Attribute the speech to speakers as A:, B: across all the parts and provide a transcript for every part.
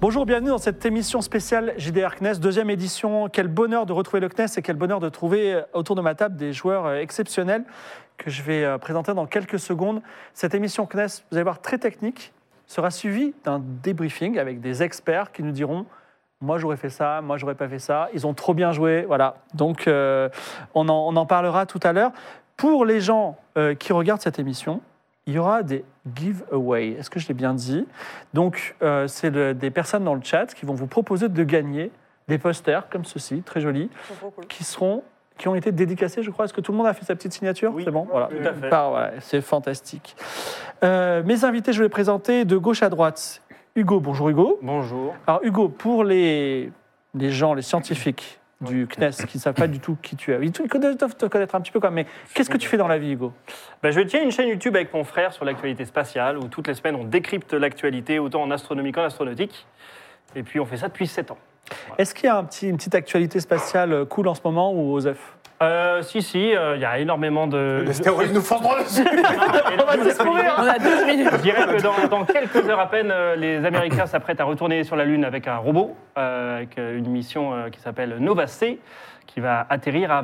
A: Bonjour, bienvenue dans cette émission spéciale JDR CNES, deuxième édition. Quel bonheur de retrouver le CNES et quel bonheur de trouver euh, autour de ma table des joueurs euh, exceptionnels que je vais euh, présenter dans quelques secondes. Cette émission CNES, vous allez voir, très technique, sera suivie d'un débriefing avec des experts qui nous diront moi j'aurais fait ça, moi j'aurais pas fait ça, ils ont trop bien joué, voilà. Donc euh, on, en, on en parlera tout à l'heure. Pour les gens euh, qui regardent cette émission, il y aura des giveaways. Est-ce que je l'ai bien dit donc, euh, c'est le- des personnes dans le chat qui vont vous proposer de gagner des posters comme ceci, très jolis,
B: C'est trop cool.
A: qui seront qui ont été dédicacés, je crois. Est-ce que tout le monde a fait sa petite signature
C: Oui,
A: C'est bon Voilà,
C: tout à fait.
A: Par- voilà, c'est fantastique. Euh, mes invités, je vais les présenter de gauche à droite. Hugo, bonjour Hugo.
C: Bonjour.
A: Alors Hugo, pour les, les gens, les scientifiques du CNES qui ne savent pas du tout qui tu es, ils te- ils doivent te connaître un petit peu quand même, mais qu'est-ce que tu fais dans la vie Hugo
C: Bah, je tiens une chaîne YouTube avec mon frère sur l'actualité spatiale où toutes les semaines on décrypte l'actualité autant en astronomie qu'en astronautique. Et puis on fait ça depuis 7 ans.
A: Est-ce qu'il y a un petit, une petite actualité spatiale euh, cool en ce moment ou aux œufs
C: Euh, si, si, euh, il y a énormément de.
D: L'astéroïde nous fondra dessus
C: On va
B: On a 12 minutes.
C: Je dirais que dans, dans quelques heures à peine, euh, les Américains s'apprêtent à retourner sur la Lune avec un robot, euh, avec euh, une mission euh, qui s'appelle Nova C, qui va atterrir à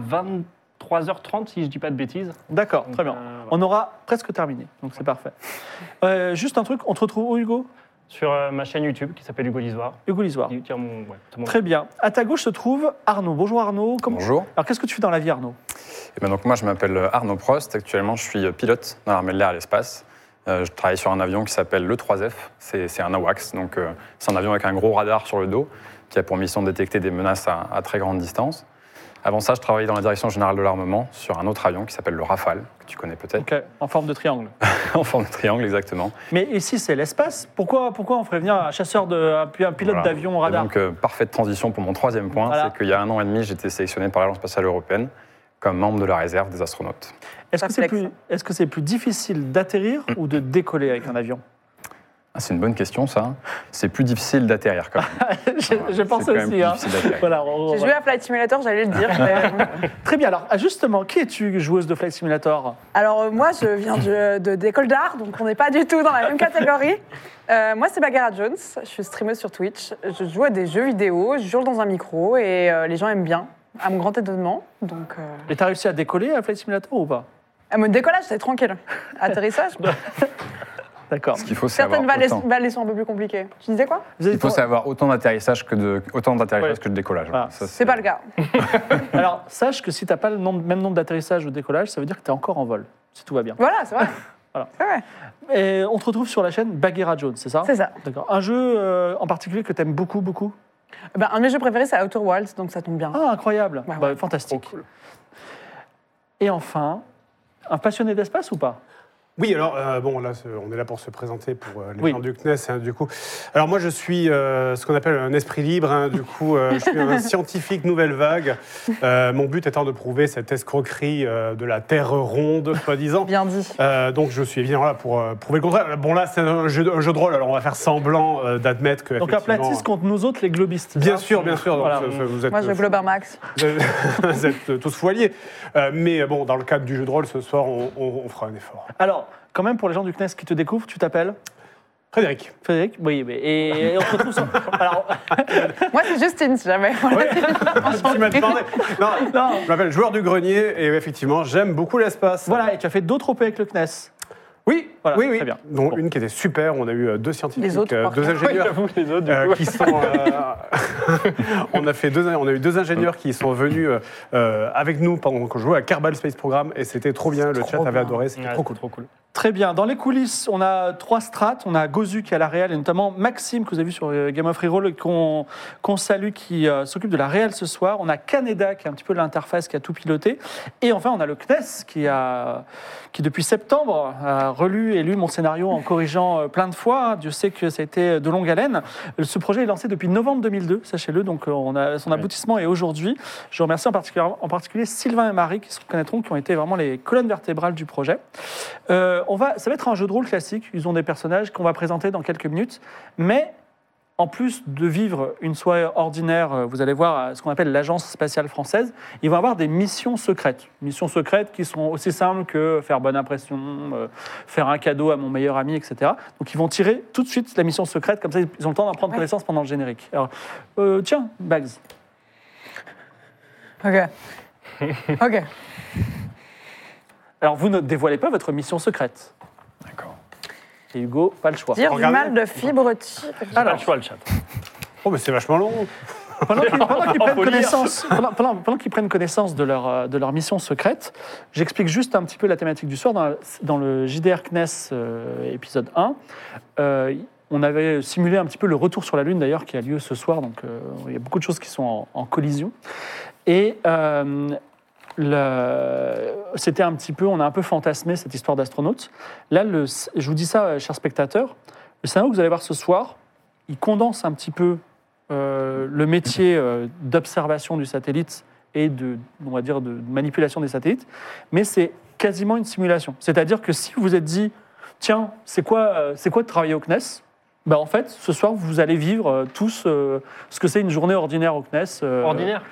C: 23h30, si je dis pas de bêtises.
A: D'accord, très bien.
C: Euh,
A: On aura presque terminé, donc c'est parfait. Euh, juste un truc, on te retrouve où Hugo
C: Sur euh, ma chaîne YouTube qui s'appelle Hugo Lisoire.
A: Hugo Lisoire.
C: Tiens, mon- ouais, tout mon-
A: Très bien. À ta gauche se trouve Arnaud. Bonjour Arnaud. Comment-
D: Bonjour.
A: Alors qu'est-ce que tu fais dans la vie Arnaud
D: Eh ben donc moi, je m'appelle Arnaud Prost. Actuellement, je suis euh, pilote dans l'armée de l'air à l'espace. Euh, je travaille sur un avion qui s'appelle le 3F. C'est c'est un AWACS. Donc, euh, c'est un avion avec un gros radar sur le dos qui a pour mission de détecter des menaces à, à très grande distance. Avant ça, je travaillais dans la direction générale de l'armement sur un autre avion qui s'appelle le Rafale, que tu connais peut-être,
A: Ok, en forme de triangle.
D: en forme de triangle exactement.
A: Mais ici c'est l'espace. Pourquoi, pourquoi on ferait venir un chasseur de, un, puis un pilote
D: Voilà.
A: d'avion au
D: Et
A: radar
D: donc, euh, parfaite transition pour mon troisième point,
A: Voilà.
D: c'est qu'il y a un an et demi, j'étais sélectionné par l'Agence spatiale européenne comme membre de la réserve des astronautes.
A: Est-ce que c'est
B: Perplexe.
A: plus, est-ce que c'est plus difficile d'atterrir ou de décoller avec un avion
D: Ah, C'est une bonne question, ça. C'est plus difficile d'atterrir quand même.
A: Je,
D: Voilà,
A: je pense
D: c'est quand même
A: aussi.
D: plus
A: hein.
D: difficile d'atterrir.
A: Voilà, on-
B: J'ai joué à Flight Simulator, j'allais le dire. mais-
A: Très bien. Alors ah, justement, qui es-tu, joueuse de Flight Simulator
B: Alors euh, moi, je viens du- de d'école d'art, donc on n'est pas du tout dans la même catégorie. Euh, moi, c'est Bagara Jones. Je suis streameuse sur Twitch. Je joue à des jeux vidéo, je joue dans un micro et euh, les gens aiment bien, à mon grand étonnement. Donc, euh,
A: Et t'as réussi à décoller à Flight Simulator ou pas
B: à mon décollage, c'est tranquille. Atterrissage.
A: D'accord.
D: Ce qu'il faut, c'est avoir
B: Certaines vallées,
D: autant,
B: vallées sont un peu plus compliquées. Tu disais quoi
A: Vous avez-
D: il faut savoir autant d'atterrissage que de autant d'atterrissage
C: Ouais.
D: que de décollage.
C: Ah.
A: Voilà.
D: Ça,
B: C'est pas le cas.
A: Alors, sache que si tu n'as pas le nombre- même nombre d'atterrissages ou de décollage, ça veut dire que tu es encore en vol, si tout va bien.
B: Voilà, c'est vrai.
A: Voilà.
B: C'est vrai.
A: Et on te retrouve sur la chaîne Bagheera Jones, c'est ça
B: C'est ça.
A: D'accord. Un jeu euh, en particulier que tu aimes beaucoup, beaucoup
B: Ben, un de mes jeux préférés, c'est Outer Wilds, donc ça tombe bien.
A: Ah, incroyable
B: Ouais, ouais.
A: Bah, Fantastique.
C: Trop cool.
A: Et enfin, un passionné d'espace ou pas
E: Oui, alors, euh, bon, là, c'est- on est là pour se présenter pour euh, les
A: Oui.
E: gens du CNES, hein, du coup. Alors, moi, je suis euh, ce qu'on appelle un esprit libre, hein, du coup, euh, je suis un scientifique nouvelle vague. Euh, mon but étant de prouver cette escroquerie euh, de la Terre ronde, soi-disant.
B: Bien dit.
A: Ah,
E: Euh, donc, je suis évidemment là pour euh, prouver le contraire. Bon, là, c'est un jeu, un jeu de rôle, alors on va faire semblant euh, d'admettre que.
A: Donc, un
E: effectivement, hein.
A: platiste contre nous autres, les globistes. c'est
E: Bien
A: ça
E: sûr, bien sûr. donc,
A: Voilà.
E: euh, vous êtes,
B: Moi, je globe un max.
E: vous êtes- vous êtes tous foiliers. Euh, mais euh, bon, dans le cadre du jeu de rôle, ce soir, on- on- on fera un effort.
A: Alors, quand même, pour les gens du CNES qui te découvrent, tu t'appelles
E: Frédéric.
A: Frédéric Oui, mais. Et on se retrouve sur. Alors,
B: Moi, c'est Justine, si jamais.
E: Ouais. tu m'as demandé. Non, je m'appelle joueur du grenier et effectivement, j'aime beaucoup l'espace.
A: voilà, et tu as fait d'autres OP avec le CNES.
E: Oui,
A: Voilà,
E: oui, oui.
A: très bien.
E: Dont
A: Bon.
E: une qui était super. On a eu euh, deux scientifiques,
B: Les autres,
E: euh,
B: par
E: deux ingénieurs.
C: les autres,
E: euh, qui sont, euh, on a fait deux, on a eu deux ingénieurs qui sont venus euh, euh, avec nous pendant qu'on jouait à Kerbal Space Program et c'était trop bien. Le chat avait adoré, c'était
C: Ouais,
E: trop cool.
C: Ah, Trop cool.
A: Très bien. Dans les coulisses, on a trois strates. On a Gozu qui est à la réelle, et notamment Maxime, que vous avez vu sur euh, Game of Reroll, qu'on qu'on salue, qui euh, s'occupe de la réelle ce soir. On a Caneda, qui est un petit peu l'interface, qui a tout piloté. Et enfin, on a le CNES, qui, a, qui depuis septembre, a relu et lu mon scénario en corrigeant euh, plein de fois. Dieu sait que ça a été de longue haleine. Euh, Ce projet est lancé depuis novembre 2002, sachez-le. Donc, euh, on a, son aboutissement est aujourd'hui. Je remercie en particulier, en particulier Sylvain et Marie, qui se reconnaîtront, qui ont été vraiment les colonnes vertébrales du projet. Euh, on va, ça va être un jeu de rôle classique. Ils ont des personnages qu'on va présenter dans quelques minutes. Mais en plus de vivre une soirée ordinaire, euh, vous allez voir euh, ce qu'on appelle l'Agence spatiale française, ils vont avoir des missions secrètes. Missions secrètes qui sont aussi simples que faire bonne impression, euh, faire un cadeau à mon meilleur ami, etc. Donc ils vont tirer tout de suite la mission secrète, comme ça ils ont le temps d'en prendre
B: Ouais.
A: connaissance pendant le générique. Alors, euh, tiens, Bags,
B: Ok. Ok.
A: alors vous ne dévoilez pas votre mission secrète.
D: D'accord.
A: Et Hugo, pas le choix.
B: Dire du
E: Regardez.
B: mal de fibre type.
A: Ah
C: Alors, tu Ah, vois le chat.
E: Oh, mais c'est vachement long.
A: Pendant qu'ils pendant qu'ils prennent,
C: faut lire.
A: connaissance- pendant- pendant- pendant qu'ils prennent connaissance de leur, euh, de leur mission secrète, j'explique juste un petit peu la thématique du soir. Dans, la- dans le JDR CNES euh, épisode 1, euh, on avait simulé un petit peu le retour sur la Lune d'ailleurs qui a lieu ce soir, donc euh, il y a beaucoup de choses qui sont en, en collision. Et euh, le- c'était un petit peu, on a un peu fantasmé cette histoire d'astronaute. Là, le- je vous dis ça, euh, chers spectateurs, le scénario que vous allez voir ce soir, il condense un petit peu euh, le métier euh, d'observation du satellite et de, on va dire, de manipulation des satellites, mais c'est quasiment une simulation. C'est-à-dire que si vous vous êtes dit, tiens, c'est quoi, euh, c'est quoi de travailler au CNES bah en fait, ce soir, vous allez vivre euh, tous euh, ce que c'est une journée ordinaire au CNES. euh,
C: Ordinaire.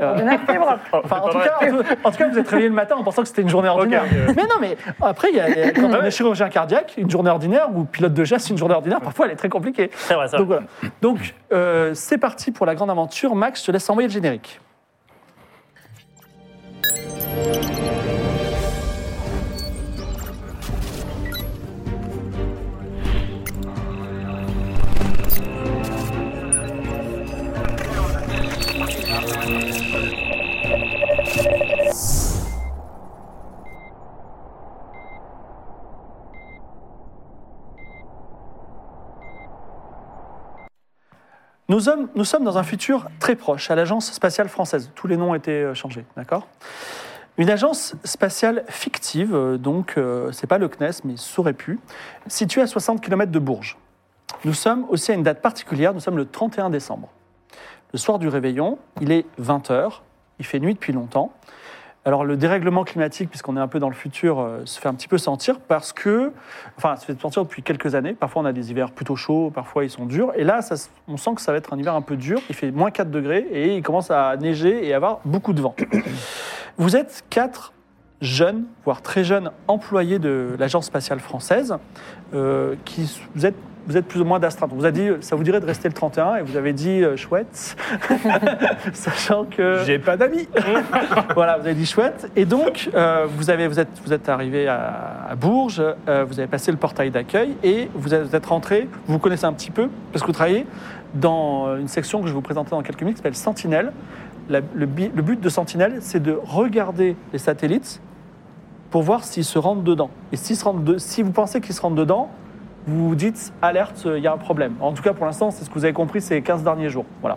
A: euh,
B: Une fibre.
A: Enfin, en, tout cas, en, tout, en tout cas, vous êtes réveillé le matin en pensant que c'était une journée ordinaire. Ah Mais non, mais après, il y a, quand on est chirurgien cardiaque, une journée ordinaire, ou pilote de chasse, une journée ordinaire, parfois elle est très compliquée.
C: C'est vrai, ça.
A: Donc voilà. Donc, euh, c'est parti pour la grande aventure. Max, je te laisse envoyer le générique. Nous sommes, nous sommes dans un futur très proche, à l'Agence spatiale française. Tous les noms étaient euh, changés, d'accord Une agence spatiale fictive, euh, donc euh, c'est pas le CNES, mais ça aurait pu, située à 60 km de Bourges. Nous sommes aussi à une date particulière, nous sommes le 31 décembre. Le soir du réveillon, il est 20h, il fait nuit depuis longtemps. Alors le dérèglement climatique, puisqu'on est un peu dans le futur, euh, se fait un petit peu sentir parce que, enfin, se fait sentir depuis quelques années. Parfois on a des hivers plutôt chauds, parfois ils sont durs. Et là, ça se- on sent que ça va être un hiver un peu dur. Il fait moins 4 degrés et il commence à neiger et avoir beaucoup de vent. Vous êtes quatre jeunes, voire très jeunes employés de l'agence spatiale française, euh, qui s- vous êtes, vous êtes plus ou moins d'astreinte. On vous a dit, euh, ça vous dirait de rester le 31 et vous avez dit euh, chouette, sachant que
E: J'ai pas d'amis.
A: voilà, vous avez dit chouette. Et donc, euh, vous, avez, vous êtes, vous êtes arrivé à, à Bourges, euh, vous avez passé le portail d'accueil et vous êtes vous êtes rentré, vous vous connaissez un petit peu, parce que vous travaillez dans une section que je vais vous présenter dans quelques minutes qui s'appelle Sentinelle. La- le, bi- le but de Sentinelle, c'est de regarder les satellites pour voir s'ils se rentrent dedans. Et s'ils se rentrent de- si vous pensez qu'ils se rentrent dedans, vous vous dites alerte, il y a un problème. En tout cas, pour l'instant, c'est ce que vous avez compris ces 15 derniers jours. Voilà.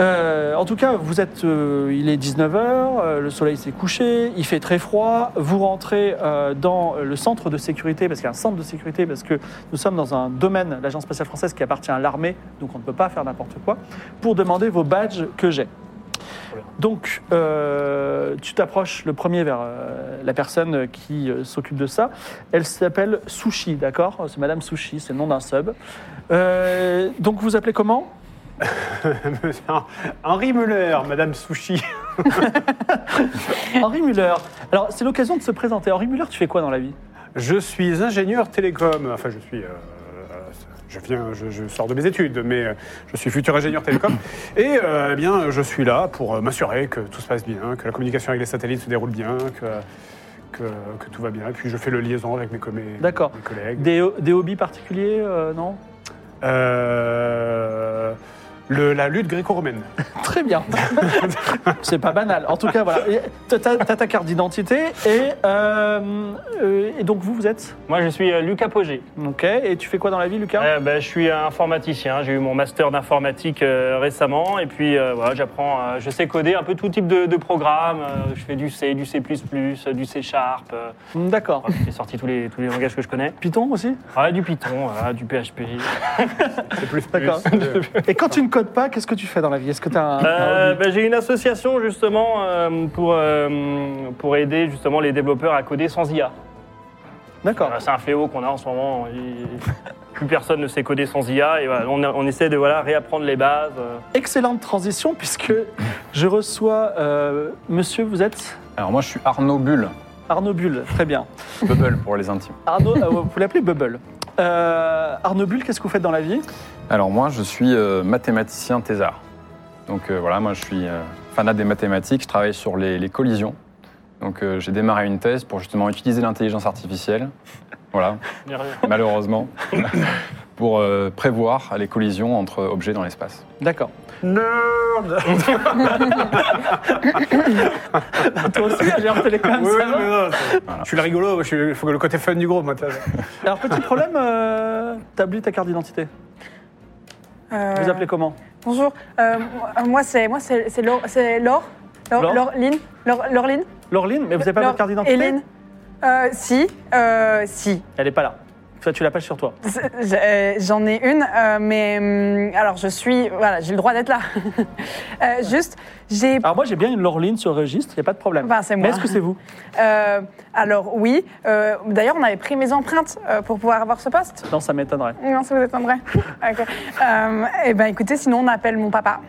A: Euh, en tout cas, vous êtes, euh, il est 19h, le soleil s'est couché, il fait très froid, vous rentrez euh, dans le centre de sécurité, parce qu'il y a un centre de sécurité, parce que nous sommes dans un domaine, l'agence spatiale française, qui appartient à l'armée, donc on ne peut pas faire n'importe quoi, pour demander vos badges que j'ai. Donc, euh, tu t'approches le premier vers euh, la personne qui euh, s'occupe de ça. Elle s'appelle Sushi, d'accord C'est Madame Sushi, c'est le nom d'un sub. Euh, donc, vous appelez comment
E: Henri Muller, Madame Sushi.
A: Henri Muller. Alors, c'est l'occasion de se présenter. Henri Muller, tu fais quoi dans la vie
E: Je suis ingénieur télécom. Enfin, je suis. euh, euh, je viens, je, je sors de mes études, mais euh, je suis futur ingénieur télécom. Et euh, eh bien, je suis là pour euh, m'assurer que tout se passe bien, que la communication avec les satellites se déroule bien, que, que, que tout va bien. Et puis, je fais le liaison avec mes, co- mes-
A: D'accord.
E: mes collègues.
A: des, des hobbies particuliers, euh, non
E: Euh, le- la lutte gréco-romaine.
A: Très bien. c'est pas banal. En tout cas, voilà. Et T'as t'as ta carte d'identité et, euh, euh, et donc vous, vous êtes
C: Moi, je suis euh, Lucas Pogé.
A: Ok. Et tu fais quoi dans la vie, Lucas
C: Euh, ben, je suis informaticien, j'ai eu mon master d'informatique euh, récemment et puis euh, voilà, j'apprends, euh, je sais coder un peu tout type de, de programme, euh, je fais du C, du C++, euh, du C Sharp, euh,
A: Hmm, D'accord.
C: voilà, j'ai sorti tous les, tous les langages que je connais,
A: Python aussi
C: Ah, du Python, voilà, du PHP.
A: D'accord. Et quand tu ne codes pas, qu'est-ce que tu fais dans la vie Est-ce que tu as un- un
C: Euh,
A: hobby
C: ben, j'ai une association justement euh, pour, euh, pour aider justement les développeurs à coder sans IA.
A: D'accord.
C: Voilà, C'est un fléau qu'on a en ce moment. Il- Plus personne ne sait coder sans IA et voilà, on, a- on essaie de voilà, réapprendre les bases. euh.
A: Excellente transition puisque je reçois euh, monsieur, vous êtes
F: Alors moi, je suis Arnaud Bulle,
A: Arnaud Bulle. Très bien.
F: Bubble pour les intimes.
A: Arnaud, euh, vous l'appelez Bubble. Euh, Arnaud Bulle, qu'est-ce que vous faites dans la vie
F: Alors moi, je suis euh, mathématicien thésard. Donc euh, voilà, moi je suis euh, fanat des mathématiques, je travaille sur les, les collisions. Donc euh, j'ai démarré une thèse pour justement utiliser l'intelligence artificielle, voilà, malheureusement, pour euh, prévoir les collisions entre objets dans l'espace.
A: D'accord.
E: Nerd
A: Toi aussi, hein, j'ai un télécom. ça
E: Oui, oui,
A: va
E: mais non, c'est- Je suis le rigolo, je suis il faut que le côté fun du groupe. moi, t'as-
A: Alors, petit problème, euh, t'as oublié ta carte d'identité.
B: Euh,
A: Vous vous appelez comment
B: Bonjour, euh, moi c'est moi c'est c'est Laure, c'est Laure, Laure,
A: Laure
B: Laure, Lynn, Laure, Laure Lynn.
A: Laureline, mais vous n'avez pas votre carte d'identité
B: Hélène. Euh, si, euh, si.
A: Elle n'est pas là. Toi, tu l'as pas sur toi.
B: C'est- j'ai- euh, J'en ai une, euh, mais hum, alors je suis, voilà, j'ai le droit d'être là. Euh, juste, j'ai,
A: Alors, moi, j'ai bien une Laureline sur le registre, il n'y a pas de problème.
B: Enfin, Ben, c'est moi.
A: Mais est-ce que c'est vous
B: euh, alors oui. euh, D'ailleurs, on avait pris mes empreintes euh, pour pouvoir avoir ce poste.
A: Non, ça m'étonnerait.
B: Non, ça vous étonnerait. Ok. Euh, eh ben, écoutez, sinon on appelle mon papa.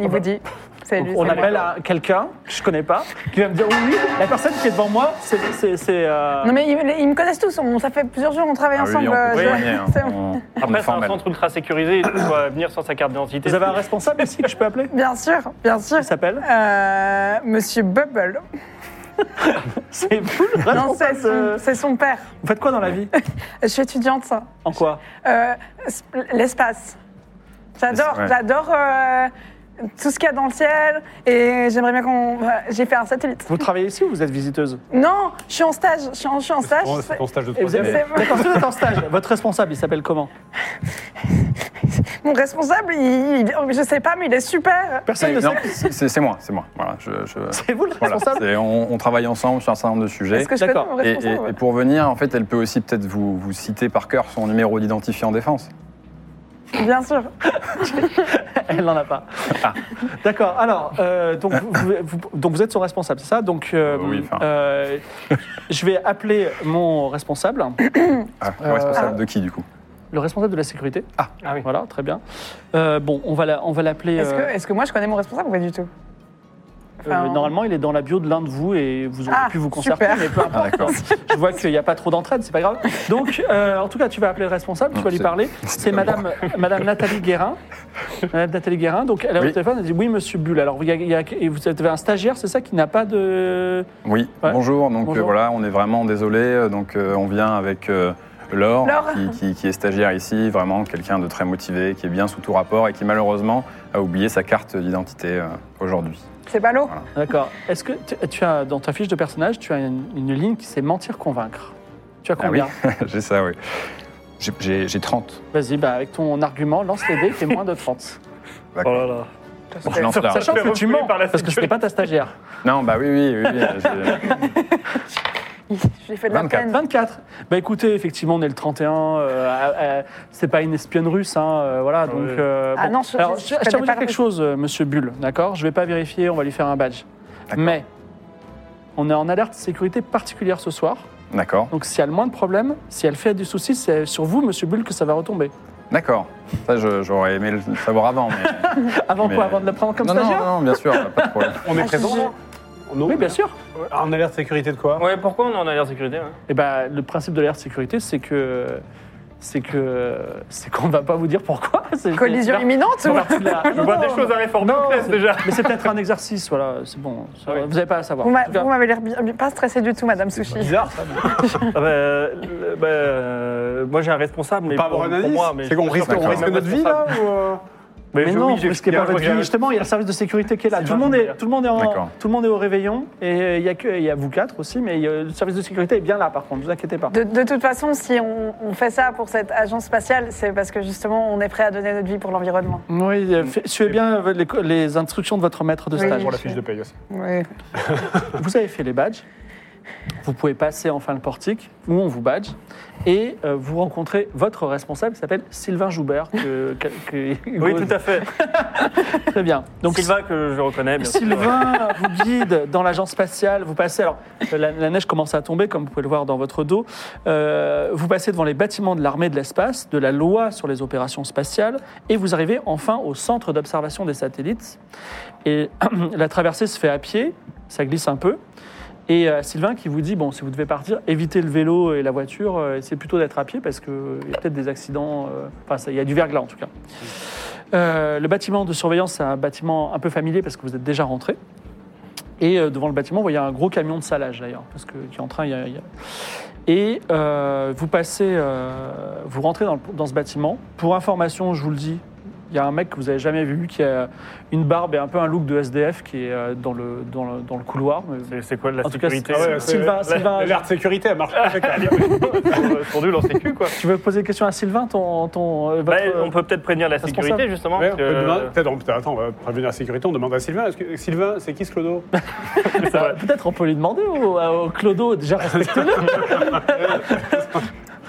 B: Il vous dit. C'est
A: Oh bah. Donc,
B: lui,
A: on
B: c'est moi.
A: appelle à quelqu'un que je connais pas, qui va me dire oui, oui, la personne qui est devant moi, c'est. c'est- c'est, euh,
B: Non mais ils, ils me connaissent tous. On, ça fait plusieurs jours qu'on travaille
F: Ah oui,
B: ensemble.
F: on peut
B: euh, je-
F: témoigner, hein.
B: c'est-
F: On- on est
C: Après, c'est un
F: formel.
C: centre ultra sécurisé, il faut euh, venir sans sa carte d'identité.
A: Vous avez un responsable ici que je peux appeler
B: Bien sûr, bien sûr.
A: Il s'appelle
B: Euh, Monsieur Bubble.
A: C'est vous le
B: Non, c'est
A: responsable de-
B: son, c'est son père.
A: Vous faites quoi dans la vie
B: Je suis étudiante.
A: En quoi
B: Euh, L'espace. J'adore,
F: Ouais.
B: j'adore euh, tout ce qu'il y a dans le ciel. Et j'aimerais bien qu'on. euh, J'ai fait un satellite.
A: Vous travaillez ici ou vous êtes visiteuse
B: Non, je suis en stage. Je suis en, je suis en stage.
E: Bon, C'est ton stage de
A: Et vous
E: troisième.
A: êtes-
B: C'est-
A: D'accord, si vous êtes en stage, votre responsable, il s'appelle comment
B: Mon responsable, il, il- je sais pas, mais il est super.
A: Personne ne
F: Non,
A: sait.
F: c'est c'est moi, c'est moi. Voilà, je- je-
A: C'est vous le
F: voilà.
A: responsable
F: C'est- On, on travaille ensemble sur un certain nombre de sujets.
B: Est-ce que je connais
A: D'accord.
B: mon
F: Et,
B: responsable
F: et- et pour venir, en fait, elle peut aussi peut-être vous, vous citer par cœur son numéro d'identifiant défense.
B: Bien sûr.
A: Elle n'en a pas.
F: Ah.
A: D'accord. Alors, euh, donc, vous, vous- vous- donc vous êtes son responsable, c'est ça Donc, euh,
F: Euh, oui, enfin.
A: euh, je vais appeler mon responsable,
F: Ah,
A: Euh,
F: responsable de qui, du coup
A: le responsable de la sécurité.
C: Ah oui.
A: Voilà, très bien. Euh, bon, on va la- on va l'appeler.
B: Est-ce que,
A: euh,
B: est-ce que moi, je connais mon responsable ou pas du tout
A: euh,
B: enfin,
A: normalement, il est dans la bio de l'un de vous et vous aurez
B: Ah,
A: pu vous concerter,
B: super.
A: mais peu
F: Ah,
A: importe.
F: d'accord.
A: Je vois qu'il n'y a pas trop d'entraide, c'est pas grave. Donc, euh, en tout cas, tu vas appeler le responsable, tu
F: Non,
A: vas lui
F: c'est-
A: parler. C'est
F: pas
A: madame, madame Nathalie Guérin. Madame Nathalie Guérin, donc elle a
F: Oui.
A: au téléphone, elle dit Oui, monsieur Bull. Alors, il y a- il y a- et vous avez un stagiaire, c'est ça, qui n'a pas de.
F: Oui,
A: Ouais.
F: bonjour. Donc
A: Bonjour.
F: euh, voilà, on est vraiment désolé. Euh, Donc euh, on vient avec euh, Laure,
B: Laure.
F: Qui, qui- qui est stagiaire ici, vraiment quelqu'un de très motivé, qui est bien sous tout rapport et qui malheureusement a oublié sa carte d'identité euh, aujourd'hui.
B: C'est pas l'eau.
A: D'accord. Est-ce que tu, tu as, dans ta fiche de personnage, tu as une, une ligne qui c'est mentir, convaincre Tu as
F: Ah oui,
A: combien
F: j'ai ça, oui. J'ai- J'ai j'ai 30.
A: Vas-y, bah, avec ton argument, lance les dés, c'est moins de 30.
C: Oh
F: D'accord.
C: là là.
F: Bon, je lance là.
A: Sachant
C: Je vais
A: que tu
C: reculer
A: mens,
C: par la
A: parce que ce n'est pas ta stagiaire.
F: Non, bah oui, oui, oui. oui, j'ai-
B: Je lui fais de la
F: 24.
B: peine.
A: 24. Bah écoutez, effectivement, on est le 31. euh, euh, c'est pas une espionne russe, hein, euh, voilà. Donc,
C: oui.
A: euh,
B: Ah
A: bon.
B: non, je-
A: Alors,
B: je- je
A: je, je
B: connais
A: tiens à vous
B: pas
A: dire
B: le
A: quelque
B: russe.
A: chose, euh, Monsieur Bull. D'accord, je vais pas vérifier. On va lui faire un badge.
F: D'accord.
A: Mais on est en alerte sécurité particulière ce soir.
F: D'accord,
A: Donc, si elle a le moins de problèmes, si elle fait du souci, c'est sur vous, Monsieur Bull, que ça va retomber.
F: d'accord. Ça, je- j'aurais aimé le savoir avant. Mais...
A: Avant
F: Ah, Mais-
A: quoi Avant de la prendre comme
F: non, non,
A: stagiaire
F: non, non, bien sûr, pas de problème.
E: On est
B: Ah,
E: présent
B: je-
E: là Non,
A: Oui,
E: on
A: bien
E: est-
A: sûr.
E: En alerte sécurité de quoi
C: Ouais, pourquoi on est en alerte sécurité hein
A: Et ben, le principe de l'alerte sécurité, c'est que, c'est que, c'est qu'on va pas vous dire pourquoi. C'est-
B: Collision
A: c'est-
B: imminente
A: c'est
B: ou
A: parti de la-
C: Je vois des choses à réformer en classe,
A: c'est-
C: déjà.
A: Mais c'est peut-être un exercice, voilà, c'est bon. ça va,
C: Oui.
A: Vous n'avez pas à savoir.
B: Vous
A: En
B: m'a-
A: tout cas,
B: vous m'avez l'air bien- pas stressé du tout, Madame Sushi.
E: Bizarre ça.
C: Ah bah, euh, bah, euh, moi j'ai un responsable, mais
E: Pas
C: pour,
E: avoir un
C: pour
E: indice
C: moi, mais
E: C'est qu'on
C: je suis
E: risque,
C: sûr que
E: on
C: je
E: risque
C: suis même
E: notre vie là ou, euh,
C: Mais,
A: Mais
C: je-
A: non,
C: oui, j'ai-
A: parce qu'il n'est
C: bien
A: pas votre
C: joué,
A: fille.
C: bien joué.
A: Justement, il y a le service de sécurité qui est là.
C: C'est
A: Tout le, monde
C: vachement
A: est,
C: bien.
A: tout, le monde est en,
D: D'accord.
A: tout le monde est au réveillon et il y, a que- il y a vous quatre aussi, mais il y a- le service de sécurité est bien là par contre, ne vous inquiétez pas.
B: De, de toute façon, si on, on fait ça pour cette agence spatiale, c'est parce que justement, on est prêt à donner notre vie pour l'environnement.
A: Oui, euh, fait- suivez bien euh, les, co- les instructions de votre maître de
B: Oui.
A: stage.
B: Pour
F: Pour la fiche de paye aussi.
B: Oui.
A: Vous avez fait les badges, vous pouvez passer enfin le portique, où on vous badge, et euh, vous rencontrez votre responsable qui s'appelle Sylvain Joubert. que- que- que-
C: Oui, tout à fait.
A: Très bien.
C: Donc
A: Donc
C: Sylvain, que je reconnais bien sûr.
A: Sylvain vous guide dans l'agence spatiale. Vous passez, alors euh, la, la neige commence à tomber, comme vous pouvez le voir dans votre dos. Euh, vous passez devant les bâtiments de l'armée de l'espace, de la loi sur les opérations spatiales, et vous arrivez enfin au centre d'observation des satellites. Et la traversée se fait à pied, ça glisse un peu. Et euh, Sylvain qui vous dit, bon, si vous devez partir, évitez le vélo et la voiture, euh, essayez plutôt d'être à pied parce qu'il y a peut-être des accidents, euh, enfin, ça- il y a du verglas en tout cas. Euh, le bâtiment de surveillance, c'est un bâtiment un peu familier parce que vous êtes déjà rentré. Et euh, devant le bâtiment, vous voyez un gros camion de salage d'ailleurs, parce que qui est en train. il y a- il y a- Et euh, vous passez, euh, vous rentrez dans, le- dans ce bâtiment. Pour information, je vous le dis, il y a un mec que vous avez jamais vu qui a une barbe et un peu un look de SDF qui est euh, dans le dans le, dans le couloir. Mais-
C: C'est- C'est quoi de la
A: En tout cas,
C: sécurité
A: c'est-
C: euh,
E: c'est-
A: Sylvain,
E: la-
A: Sylvain,
E: L'alerte sécurité, elle marche parfait, quand même.
C: tour- tourdule en sécu, quoi.
A: tu veux poser une question à Sylvain, ton ton. euh, votre-
C: Bah, on peut peut-être prévenir la
A: responsable.
C: sécurité, justement.
E: Ouais, on
C: que-
E: peut demander- peut-être, on peut- attends, on va prévenir la sécurité, on demande à Sylvain. Est-ce que- Sylvain, c'est qui ce clodo
A: Bah, Peut-être on peut lui demander au, au Clodo déjà respectez-le.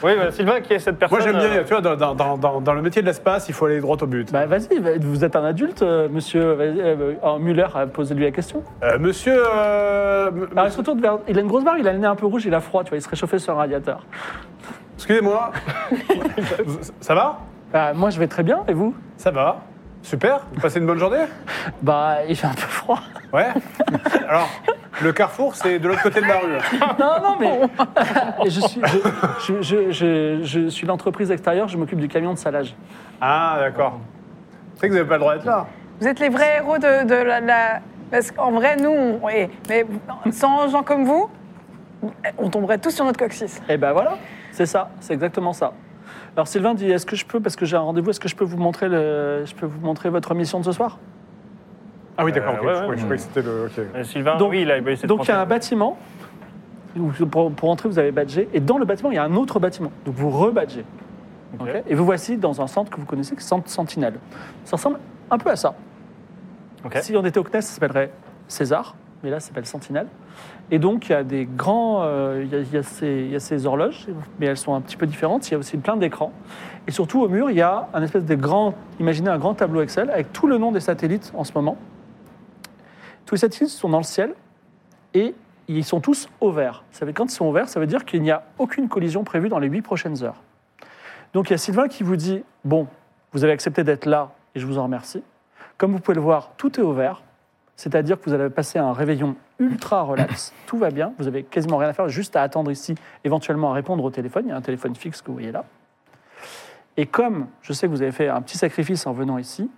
C: Oui, bah, Sylvain, qui est cette personne
E: Moi, j'aime bien,
C: euh,
E: tu vois, dans, dans- dans- dans- dans le métier de l'espace, il faut aller droit au but.
A: Bah vas-y, va- vous êtes un adulte, euh, monsieur vas-y, euh, euh, Muller, euh, posez-lui la question.
E: Euh, monsieur. euh, m-
A: Alors,
C: Ah.
A: il se retourne vers- Il a une grosse barbe, il a le nez un peu rouge, il a froid, tu vois, il se réchauffait sur un radiateur.
E: Excusez-moi. ça va
A: Bah, moi je vais très bien, et vous
E: Ça va. Super. Vous passez une bonne journée
A: Bah il fait un peu froid.
E: Ouais. Alors, le carrefour, c'est de l'autre côté de la rue.
A: Non, non, mais Et je suis, je, je- je- je- je suis l'entreprise extérieure, je m'occupe du camion de salage.
E: Ah, d'accord. C'est que vous n'avez pas le droit d'être là.
B: Vous êtes les vrais héros de, de la, la- Parce qu'en vrai, nous, on- oui, mais sans gens comme vous, on tomberait tous sur notre coccyx.
A: Et ben voilà, c'est ça, c'est exactement ça. Alors Sylvain dit, est-ce que je peux, parce que j'ai un rendez-vous, est-ce que je peux vous montrer, le, je peux vous montrer votre mission de ce soir
E: Ah oui, d'accord.
C: Euh,
E: ok.
C: ouais,
E: je, croyais-
C: ouais.
E: je croyais que c'était le. ok.
C: euh, Sylvain,
A: Donc-
C: oui, il a il a essayé de
A: Donc il y a un
C: prendre-
A: bâtiment. où, Pour, pour entrer, vous avez badgé. Et dans le bâtiment, il y a un autre bâtiment. Donc vous rebadgez.
C: Ok.
A: Ok Et vous voici dans un centre que vous connaissez, qui est le centre Sentinelle. Ça ressemble un peu à ça.
C: Ok.
A: Si on était au CNES, ça s'appellerait César, mais là, ça s'appelle Sentinelle. Et donc, il y a des grands. euh, il, y a, il y a ces, il y a ces horloges, mais elles sont un petit peu différentes. Il y a aussi plein d'écrans. Et surtout, au mur, il y a un espèce de grand. Imaginez un grand tableau Excel avec tout le nom des satellites en ce moment. Tous les satellites sont dans le ciel et ils sont tous au vert. Ça veut, quand ils sont au vert, ça veut dire qu'il n'y a aucune collision prévue dans les huit prochaines heures. Donc il y a Sylvain qui vous dit Bon, vous avez accepté d'être là et je vous en remercie. Comme vous pouvez le voir, tout est au vert, c'est-à-dire que vous avez passé un réveillon ultra relax, tout va bien, vous avez quasiment rien à faire, juste à attendre ici, éventuellement à répondre au téléphone. Il y a un téléphone fixe que vous voyez là. Et comme je sais que vous avez fait un petit sacrifice en venant ici,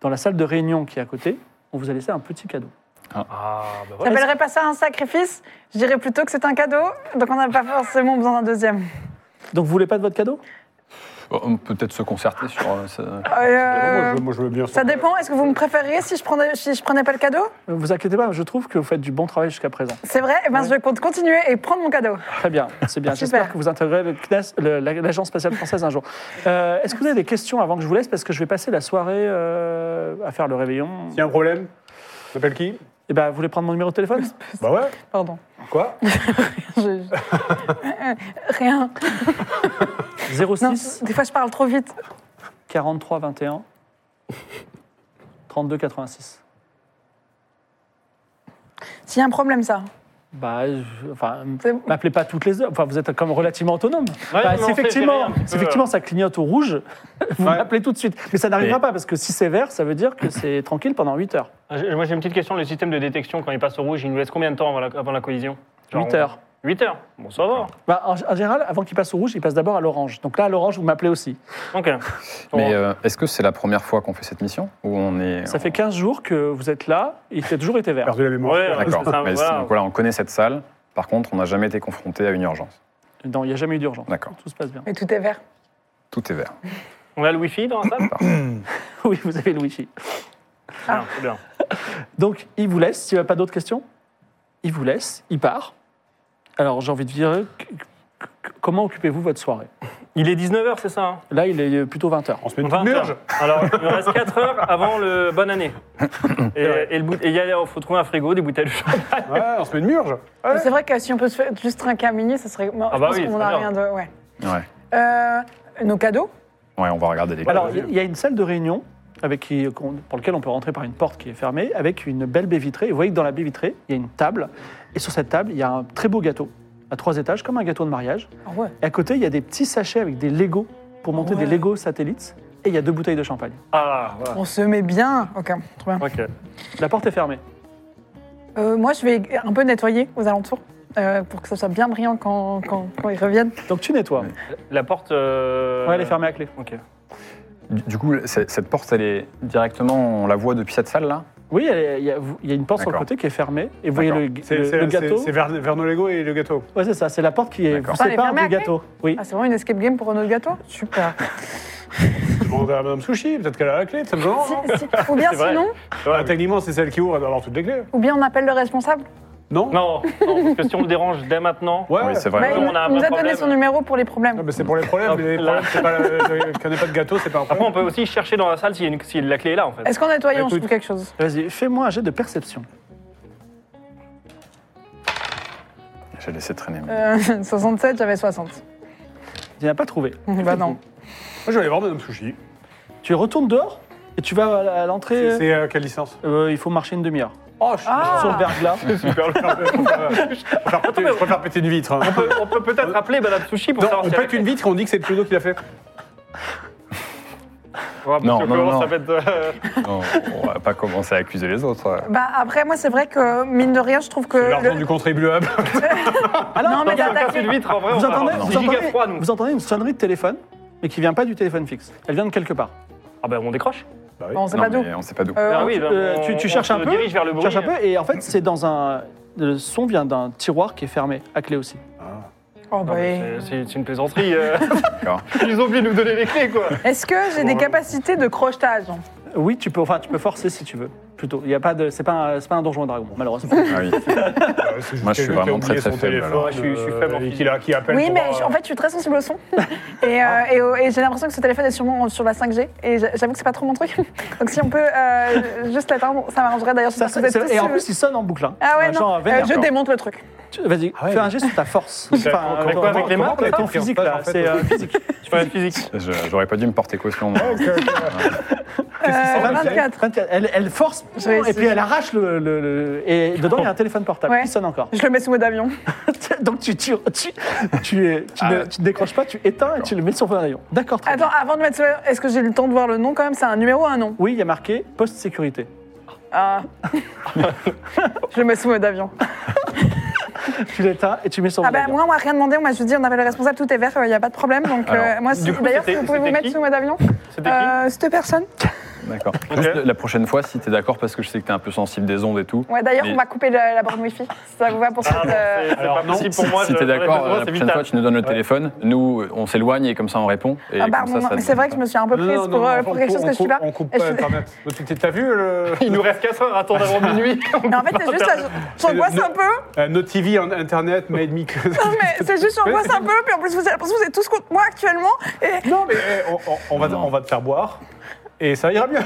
A: dans la salle de réunion qui est à côté, on vous a laissé un petit cadeau.
C: Ah, bah
B: Je
C: voilà.
B: n'appellerais pas ça un sacrifice, je dirais plutôt que c'est un cadeau, donc on n'a pas forcément besoin d'un deuxième.
A: Donc vous voulez pas de votre cadeau
F: Bon, on peut peut-être se concerter sur. euh, ça.
B: Euh,
E: Moi, je, moi, je veux bien.
B: ça dépend, est-ce que vous me préférez si je prenais, si je prenais pas le cadeau
A: Euh, Vous inquiétez pas, je trouve que vous faites du bon travail jusqu'à présent.
B: C'est vrai Eh ben, Je compte continuer et prendre mon cadeau.
A: Très bien, c'est bien. J'espère
B: Super.
A: que vous intégrerez le CNES, le- la- l'Agence spatiale française un jour. Euh, Est-ce que vous avez des questions avant que je vous laisse Parce que je vais passer la soirée euh, à faire le réveillon.
E: S'il y a un problème, t'appelles qui
A: Eh ben, vous voulez prendre mon numéro de téléphone
E: Bah ouais.
B: Pardon.
E: Quoi
B: Je- Euh, Rien. Non,
A: 06
B: des fois je parle trop vite.
A: 43 21 32 86.
B: S'il y a un problème, ça.
A: Bah, je- enfin,
B: C'est bon.
A: m'appelez pas toutes les heures. Enfin, vous êtes quand même relativement autonome.
C: Ouais,
A: Bah,
C: mais on
A: si
C: sait gérer
A: effectivement,
C: un petit peu, euh.
A: si effectivement ça clignote au rouge, vous
E: Ouais.
A: m'appelez tout de suite. Mais ça n'arrivera
D: Mais-
A: pas parce que si c'est vert, ça veut dire que c'est tranquille pendant 8 heures.
C: Ah, j'ai- Moi, j'ai une petite question. Le système de détection, quand il passe au rouge, il nous laisse combien de temps avant la, avant la collision
A: 8 heures.
C: 8 heures Bon, ça va.
A: Bah, en, en général, avant qu'il passe au rouge, il passe d'abord à l'orange. Donc là, à l'orange, vous m'appelez aussi.
C: Ok.
F: Mais euh, est-ce que c'est la première fois qu'on fait cette mission Ou on est.
A: Ça fait 15 jours que vous êtes là, et il a toujours été vert.
E: Perdu la mémoire.
C: Ouais,
F: D'accord.
C: C'est ça,
F: Mais
C: voilà.
F: c'est- Donc voilà, on connaît cette salle. Par contre, on n'a jamais été confronté à une urgence.
A: Non, il n'y a jamais eu d'urgence.
F: D'accord.
A: Tout se passe bien.
B: Mais tout est vert.
F: Tout est vert.
C: On a le wifi dans la salle
A: oui, vous avez le wifi.
C: Bien, c'est bien.
A: Donc, il vous laisse. S'il n'y a pas d'autres questions, il vous laisse, il part. Alors, j'ai envie de dire, que- que- que- comment occupez-vous votre soirée
C: Il est 19h, c'est ça hein
A: Là, il est plutôt 20h.
E: On se met une
C: 20
E: petite murge.
C: heures. Alors, il nous reste 4 heures avant le bonne année. Et, et le bout- et il y a- faut trouver un frigo, des bouteilles de champagne.
E: Ouais, on se met une murge.
B: Mais C'est vrai que si on peut se faire juste trinquer un mini, ça serait.
C: Ah bah
B: je pense
C: oui,
B: qu'on
C: c'est
B: n'a
C: bien.
B: rien de. Ouais.
F: Ouais.
B: Euh, nos cadeaux
F: Ouais, on va regarder les
A: Alors,
F: cartes.
A: il y a une salle de réunion avec qui, qu'on- pour laquelle on peut rentrer par une porte qui est fermée, avec une belle baie vitrée. Et vous voyez que dans la baie vitrée, il y a une table. Et sur cette table, il y a un très beau gâteau, à trois étages, comme un gâteau de mariage.
B: Ah ouais.
A: Et à côté, il y a des petits sachets avec des Lego, pour monter des Lego satellites. Et il y a deux bouteilles de champagne.
C: Ah, voilà.
B: On se met bien. Ok, trop bien.
C: Ok.
A: La porte est fermée.
B: Euh, moi, je vais un peu nettoyer aux alentours euh, pour que ça soit bien brillant quand, quand, quand ils reviennent.
A: Donc tu nettoies.
C: La porte. euh,
A: Ouais, elle est fermée à clé.
C: Ok.
F: Du, du coup, c'est- cette porte, elle est directement, on la voit depuis cette salle là
A: Oui, elle est- il y, a- vous- il y a une porte sur le
F: D'accord.
A: côté qui est fermée. Et vous voyez le,
E: C'est
A: le-
E: c'est-
A: le
E: c'est-
A: gâteau.
E: c'est vers, vers nos Lego et le gâteau.
A: Ouais, c'est ça. C'est la porte qui est, vous
F: D'accord.
B: Ah, elle est
A: sépare
B: fermée
A: du
B: à clé
A: gâteau. Oui.
B: Ah, c'est vraiment une escape game pour nos gâteaux Super.
E: Je demande à Madame Sushi, peut-être qu'elle a la clé, peut-être que non.
B: Si- si- ou bien
C: C'est vrai.
B: sinon,
E: Bah, Techniquement, c'est celle qui ouvre, elle doit avoir toutes les clés.
B: ou bien on appelle le responsable.
E: Non
C: Non, non, parce que si on le dérange dès maintenant,
E: Ouais.
F: Oui, c'est
B: Bah,
F: vrai.
B: il
C: on
B: nous
C: a un
B: il nous a donné
C: problème.
B: son numéro pour les problèmes.
E: Non, mais c'est pour les problèmes.
C: Ah, Là.
E: Les problèmes, c'est pas. euh, Quand il n'y a pas de gâteau, c'est pas un
C: après on
E: problème.
C: peut aussi chercher dans la salle si, y a une- si la clé est là en fait.
B: Est-ce qu'en nettoyant, on se
E: Écoute.
B: trouve quelque chose
A: Vas-y, fais-moi un jet de perception.
F: J'ai laissé traîner.
B: Euh, 67, j'avais 60.
A: Tu n'as pas trouvé.
B: bah non.
E: Moi, je vais aller voir Madame Sushi.
A: Tu retournes dehors et tu vas à la- à
E: C'est
A: l'entrée.
E: c'est, euh, quelle licence
A: Euh, il faut marcher une demi-heure.
E: Oh, je suis
B: Ah.
A: Sur le verglas.
E: super. Je préfère- je préfère péter- je préfère péter une vitre. hein.
C: On peut, on peut peut-être appeler Madame Sushi pour
E: Non,
C: savoir
E: on
C: si elle a
E: pète une vitre et on dit que c'est Plodo qui l'a
C: Ouais,
E: fait.
C: parce
F: Non,
C: que
F: non,
C: comment
F: non.
C: ça va être, euh,
F: Non, on va pas commencer à accuser les autres.
B: Bah après, moi, c'est vrai que mine de rien, je trouve que.
E: L'argent
B: Euh, le-
E: du contribuable.
B: non, mais
C: on casse
B: d'attaquer.
C: une vitre en vrai.
A: Vous
C: on va
A: entendez,
C: avoir-
A: vous,
C: c'est giga
A: entendez,
C: froid nous.
A: vous entendez une sonnerie de téléphone, mais qui vient pas du téléphone fixe. Elle vient de quelque part.
C: Ah
A: bah,
C: ben on décroche.
B: Bon, on sait
F: Non,
B: pas d'où.
F: mais on sait pas d'où.
B: Euh,
C: Ah oui,
A: Euh,
C: on-
A: tu, tu
C: on
A: cherches
C: se
A: un peu.
C: Dirige vers le
A: tu
C: bruit.
A: cherches un peu et en fait, c'est dans un. Le son vient d'un tiroir qui est fermé à clé aussi.
B: Oh,
C: Non,
B: bah,
C: mais C'est c'est une plaisanterie. euh.
F: D'accord.
C: Ils ont oublié de nous donner les clés quoi.
B: Est-ce que j'ai des capacités de crochetage
A: Oui, tu peux, enfin, tu peux forcer si tu veux. Plutôt, il y a pas de, c'est pas, un- c'est pas un donjon et dragon, malheureusement.
F: Ah oui. Moi, je suis vraiment très, très faible, alors.
E: Je suis, je suis faible en physique. Qui, qui appelle
B: Oui,
E: pour,
B: mais
E: euh,
B: je- en fait, je suis très sensible au son. Et, euh, et au- et j'ai l'impression que ce téléphone est sûrement sur la 5G. Et j'a- j'avoue que c'est pas trop mon truc. Donc si on peut euh, juste l'atteindre, ça m'arrangerait d'ailleurs.
A: Ça,
B: j'espère que vous
A: c'est-
B: êtes
A: c'est- et en
B: tous-
A: plus, il sonne en boucle. hein.
B: Ah ouais,
A: Un
B: non.
A: genre
B: euh,
A: vénère.
B: je démonte le truc.
A: Tu- Vas-y,
E: ouais.
A: fais un geste sur ta force.
E: C'est-
A: Enfin,
E: avec
A: ton-
C: quoi, Ah avec les
A: ton-
C: mains,
A: ton-
E: là,
A: Ton
E: t'es en
A: physique,
E: face,
A: là,
E: en fait.
A: c'est euh, physique.
C: Tu fais la physique.
F: Je- J'aurais pas dû me porter caution. moi.
B: Euh, 24.
A: 24. Elle, elle force,
B: Je vais
A: et puis
B: essayer.
A: elle arrache le, le- le- Et dedans, il y a un téléphone portable
B: Ouais.
A: qui sonne encore.
B: Je le mets sous mode avion.
A: Donc tu, tu, tu, tu, es- tu
F: Ah.
A: ne, tu ne décroches pas, tu éteins et tu le mets sur le rayon. D'accord, très bien.
B: Attends, avant de mettre sous est-ce que j'ai le temps de voir le nom quand même C'est un numéro ou un nom
A: Oui, il y a marqué poste sécurité.
B: Ah. Je le mets sous mode avion.
A: Tu l'éteins et tu mets sur le
B: Ah bah
A: rayon.
B: moi, on m'a rien demandé, on m'a juste dit on appelle le responsable, tout est vert, il n'y a pas de problème. Donc euh,
F: Alors,
B: moi, si-
C: coup,
B: d'ailleurs, si
C: c'était-
B: vous pouvez vous
C: c'était
B: mettre
C: qui
B: sous mode avion,
C: C'était qui
B: euh, cette personne.
F: D'accord. Juste la prochaine fois, si t'es d'accord, parce que je sais que t'es un peu sensible des ondes et tout.
B: Ouais, d'ailleurs,
F: Mais-
B: on va couper la, la borne Wi-Fi. Si ça vous va pour
C: Ah,
B: cette.
C: non,
B: euh,
C: c'est- c'est pas possible pour
F: si
C: moi. je-
F: si t'es
C: j'enlève
F: d'accord,
C: le doigt,
F: la
C: c'est
F: prochaine
C: vital.
F: fois, tu nous donnes le téléphone. Nous, on s'éloigne et comme ça, on répond. Et
B: Ah bah,
F: comme ça,
B: mon-
F: ça
B: mais c'est vrai que je
F: donne
B: me suis un peu
E: Non,
B: prise
E: non,
B: pour,
E: non,
B: euh,
E: on
B: pour
E: coupe-
B: quelque chose
E: on
B: que je suis
E: coupe-
B: pas.
E: On coupe
B: Et
E: pas
B: je-
E: Internet. Donc, tu- T'as vu le.
C: Il nous reste 4 heures à attendre avant minuit.
B: Mais en fait, c'est juste, ça, je- j'angoisse
E: C'est le-
B: un peu,
E: Euh, Nos TV, en- Internet, made me.
B: Non, mais c'est juste, j'angoisse un peu, puis en plus, vous avez l'impression que vous êtes tous contre moi actuellement. Et
E: Non, mais eh, on, on- on va,
F: Non.
E: on va te faire boire et ça ira bien.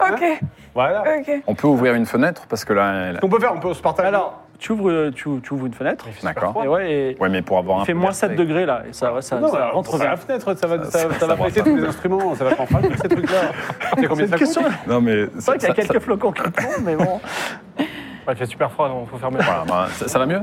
B: ok,
E: Voilà.
B: ok.
F: On peut ouvrir une fenêtre parce que là, elle-
E: On peut faire, on peut se partager.
A: Alors, tu ouvres, euh, tu, tu ouvres une fenêtre.
F: d'accord.
A: Et ouais, et
F: Ouais, mais pour avoir un
A: il fait
F: peu
A: moins
F: d'air
A: 7
F: sec.
A: degrés là. Et ça, ouais, ça,
E: non,
A: ça
E: alors,
A: rentre
E: on sera à
A: bien.
E: la fenêtre, ça va, ça,
F: Ça-
E: ça,
F: ça
E: va
F: va
E: péter
F: pas.
E: tous les instruments, ça va t'en faire ces trucs-là. C'est
A: C'est
E: combien
A: une
E: ça
A: question.
E: coûte
F: Non, mais
A: C'est vrai qu'il y a
F: ça- ça-
A: quelques flocons qui tombent, mais bon.
C: Ouais, Il fait super froid, il faut fermer.
F: voilà, bah, ça, ça va mieux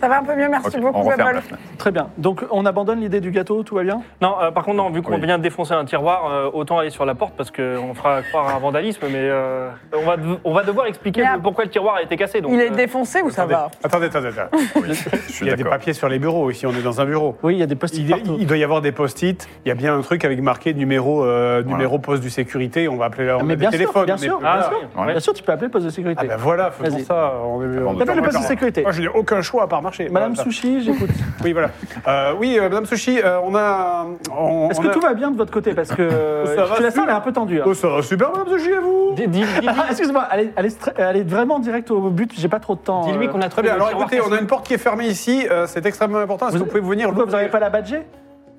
B: Ça va un peu mieux, merci
F: Ok, On
B: beaucoup,
F: referme
B: Apple.
F: la fenêtre.
A: Très bien. Donc, on abandonne l'idée du gâteau, tout va bien
C: Non, euh, par contre, non, vu qu'on
F: Oui.
C: vient de défoncer un tiroir, euh, autant aller sur la porte parce qu'on fera croire à un vandalisme, mais euh, on, va de- on va devoir expliquer
B: Mais
C: le-
B: après-
C: pourquoi le tiroir a été cassé. Donc,
B: Il est
C: euh,
B: défoncé ou ça
E: Attendez,
B: va
E: Attendez, attendez, attendez.
F: Oui, je suis
E: Il y a des
F: d'accord.
E: papiers sur les bureaux ici, on est dans un bureau.
A: Oui, il y a des post-it
E: Il, y a-
A: partout.
E: il doit y avoir des post-it. Il y a bien un truc avec marqué numéro, euh, numéro poste du sécurité. On va appeler là. On
A: Ah, mais
E: a
A: bien
E: des
A: sûr,
E: téléphones.
A: bien
E: mais-
A: sûr.
C: Ah,
E: voilà.
C: oui,
F: Ouais.
C: ouais.
A: Bien sûr, tu peux appeler poste de sécurité.
E: Ah ben voilà, faisons
A: Vas-y.
E: ça. On
F: Avant
E: est, on
F: de-
E: est en
A: T'appelles le poste de
E: retard.
A: sécurité.
E: Moi, je n'ai aucun choix à part marché.
A: Madame
E: Voilà.
A: Sushi, j'écoute.
E: Oui, voilà. Euh, oui, euh, Madame Sushi, euh, on a. on-
A: Est-ce
E: on
A: que
E: a-
A: tout va bien de votre côté Parce que
E: Ça va
A: la salle
E: super.
A: est un peu tendue. hein.
E: Oh, ça va super, Madame Sushi, à vous
C: Dis- dis- dis-
A: Ah, Excuse-moi, allez, allez, stra- allez vraiment direct au but, j'ai pas trop de temps.
C: Dis-lui
A: euh.
C: qu'on a
E: Très
C: trouvé.
E: bien,
C: le
E: alors
C: tiroir
E: écoutez, on a
C: cassé.
E: une porte qui est fermée ici, euh, c'est extrêmement important. Est-ce que vous pouvez venir
A: Pourquoi vous n'arrivez pas à la badger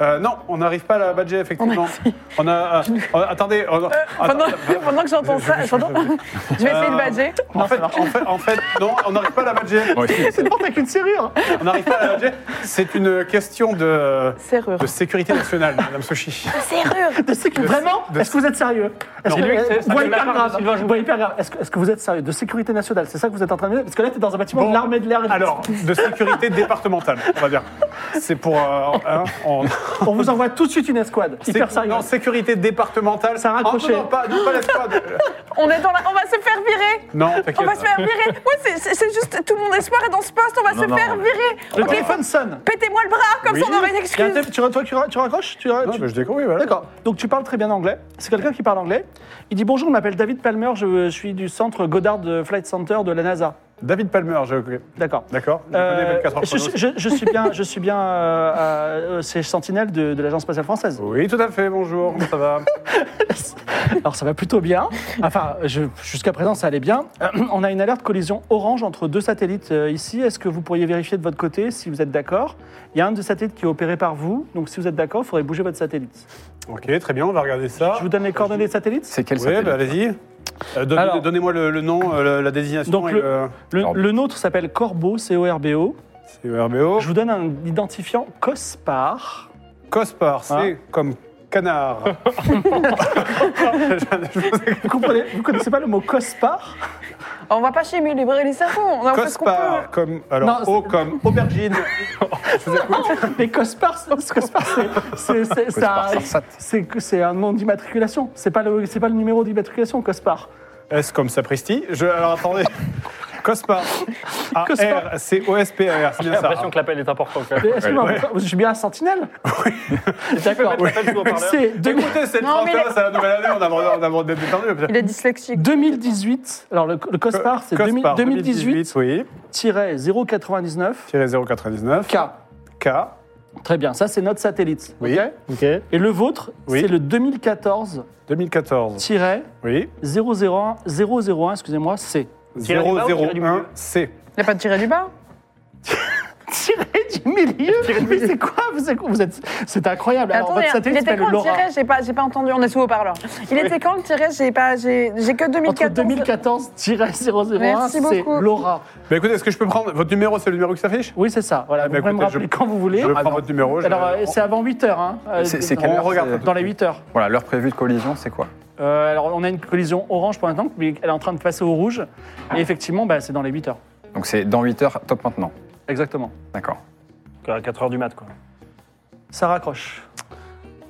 E: Euh, non, on n'arrive pas à la badger, effectivement. On a. euh, euh, attendez. on a- attends,
B: Pendant, pendant que j'entends ça, j'entends- je vais essayer de
E: Euh,
B: badger.
E: en, fait, en, fait, en fait, non, on n'arrive pas à la badger.
A: C'est une porte avec une serrure
E: On n'arrive pas à la badger. C'est une question de,
B: Serrure.
E: de sécurité nationale, Madame Sushi.
B: Serrure
A: De sécu- Vraiment
E: de-
A: Est-ce que vous êtes sérieux Est-ce que,
C: Dis-lui que c'est- ça
A: Voix
C: fait la
A: hyper
C: part de
A: grave.
C: Sylvain Jouvet.
A: Voix hyper grave. Est-ce que, est-ce que vous êtes sérieux De sécurité nationale, c'est ça que vous êtes en train de dire Parce que là, t'es dans un bâtiment
E: Bon,
A: de l'armée de l'air. et de-
E: Alors, de sécurité départementale, on va dire. C'est pour. euh, hein, on-
A: on vous envoie tout de suite une escouade. Hyper
E: Sé-
A: sérieux.
E: Non, sécurité départementale.
A: Ça a
E: Ah,
A: raccroché.
E: non, non, pas, non, pas l'escouade.
B: On est dans la... On va se faire virer
E: Non,
B: On va se
E: t'inquiète.
B: faire virer Ouais, c'est- c'est c'est juste... Tout mon espoir est dans ce poste, on va
F: Non,
B: se
F: non.
B: faire virer
A: Le
F: Bah.
A: téléphone sonne.
B: Pétez-moi le bras, comme
E: Oui.
B: ça on aurait
A: Il y
B: une
A: a un
B: excuse
A: tél- tu, re- toi, tu, ra- tu raccroches Tu ra-
E: Non,
A: tu-
E: mais je découvre, oui, voilà.
A: D'accord. Donc tu parles très bien anglais. C'est quelqu'un qui parle anglais. Il dit bonjour, je m'appelle David Palmer, je, je suis du centre Goddard de Flight Center de la NASA.
E: David Palmer, je. ok,
A: D'accord.
E: D'accord. Je
A: Euh,
E: connais 24 heures
A: je,
E: chrono.
A: je- je suis bien, je suis bien, euh, euh, c'est Sentinelle de, de l'agence spatiale française.
E: Oui, tout à fait, bonjour, comment ça va
A: Alors ça va plutôt bien. Enfin, je- jusqu'à présent ça allait bien. Euh, On a une alerte collision orange entre deux satellites euh, ici. Est-ce que vous pourriez vérifier de votre côté si vous êtes d'accord Il y a un des satellites qui est opéré par vous, donc si vous êtes d'accord, il faudrait bouger votre satellite.
E: Ok, très bien, on va regarder ça.
A: Je vous donne les coordonnées des satellites.
F: C'est quel
E: Oui,
F: satellite
E: bah, allez-y. Euh, donne-
A: Alors-
E: Donnez-moi le, le nom, euh, la, la désignation.
A: Donc,
E: et
A: le-
E: le-
A: Le, le nôtre s'appelle Corbeau, C-O-R-B-O.
E: C'est RBO.
A: Je vous donne un identifiant COSPAR.
E: Cospar, c'est
A: Hein
E: comme canard.
A: Vous comprenez Vous connaissez pas le mot COSPAR
B: On va pas chez lui libérer les cerveaux, on fait ce qu'on peut
E: Cospar, comme. Alors,
A: Non,
E: O comme aubergine. Je vous écoute.
A: Mais COSPAR, c'est- COSPAR, c'est- c'est- c'est- c'est
F: Cospar,
A: un-
F: Sarsat.
A: c'est que- c'est un nom d'immatriculation. C'est pas le c'est pas le numéro d'immatriculation COSPAR.
E: S comme sapristi. Je, alors attendez. Cospar. A
A: Cospar.
E: R C O S P A R. C'est
C: J'ai
E: bien ça.
C: l'impression que l'appel est important. quand même.
A: Mais Excusez-moi, vous- je suis bien à Sentinelle Oui. D'accord.
C: mettre l'appel sous haut-parleur
A: C'est
E: Ah,
A: deux-
E: Écoutez, c'est le
B: Non, mais
E: 31, c'est la nouvelle année, on a le droit- on a le droit d'être détendu. peut-être.
B: Il est dyslexique.
A: 2018. Alors le, le COSPAR, c'est
E: Cospar,
A: 2018-099
E: Oui, tiré 099.
A: K.
E: K.
A: Très bien, ça c'est notre satellite.
E: Oui.
A: ok
E: Ok.
A: Et le vôtre,
E: Oui.
A: c'est le 2014
E: 2014. Oui.
A: 001, 001, excusez-moi, C.
C: Tiré du bas ou tiré du milieu
E: 001 C.
B: Il a pas tiré du bas
A: Tiré du milieu Mais c'est quoi vous êtes, vous êtes- C'est incroyable. Alors,
B: Attendez, hein.
A: votre
B: il
A: satellite
B: était
A: s'appelle
B: quand le
A: Laura.
B: tirage J'ai pas, j'ai pas entendu, on est sous haut-parleur. Il était quand le tirage J'ai pas, j'ai j'ai que 2014.
A: Entre 2014-001,
B: Merci
A: c'est
B: beaucoup.
A: Laura.
E: Bah écoutez, est-ce que je peux prendre votre numéro C'est le numéro qui s'affiche
A: Oui, c'est ça. Voilà,
E: Ah,
A: vous
E: bah,
A: pouvez me
E: écoutez, je-
A: rappeler quand vous voulez. Ah,
E: Je prends
F: non.
E: votre numéro. je-
A: Alors, euh, c'est avant 8 h Hein, euh,
F: C'est- c'est
A: dans-
F: quelle
E: on
F: heure
E: regarde
F: c'est-
E: ça
A: Dans les 8 heures.
F: Voilà, l'heure prévue de collision, c'est quoi
A: Euh, alors, on a une collision orange pour l'instant, mais elle est en train de passer au rouge. Et effectivement, bah, c'est dans les 8 heures.
F: Donc c'est dans 8 heures, top maintenant.
A: Exactement.
F: D'accord.
C: À 4h du mat, quoi.
A: Ça raccroche.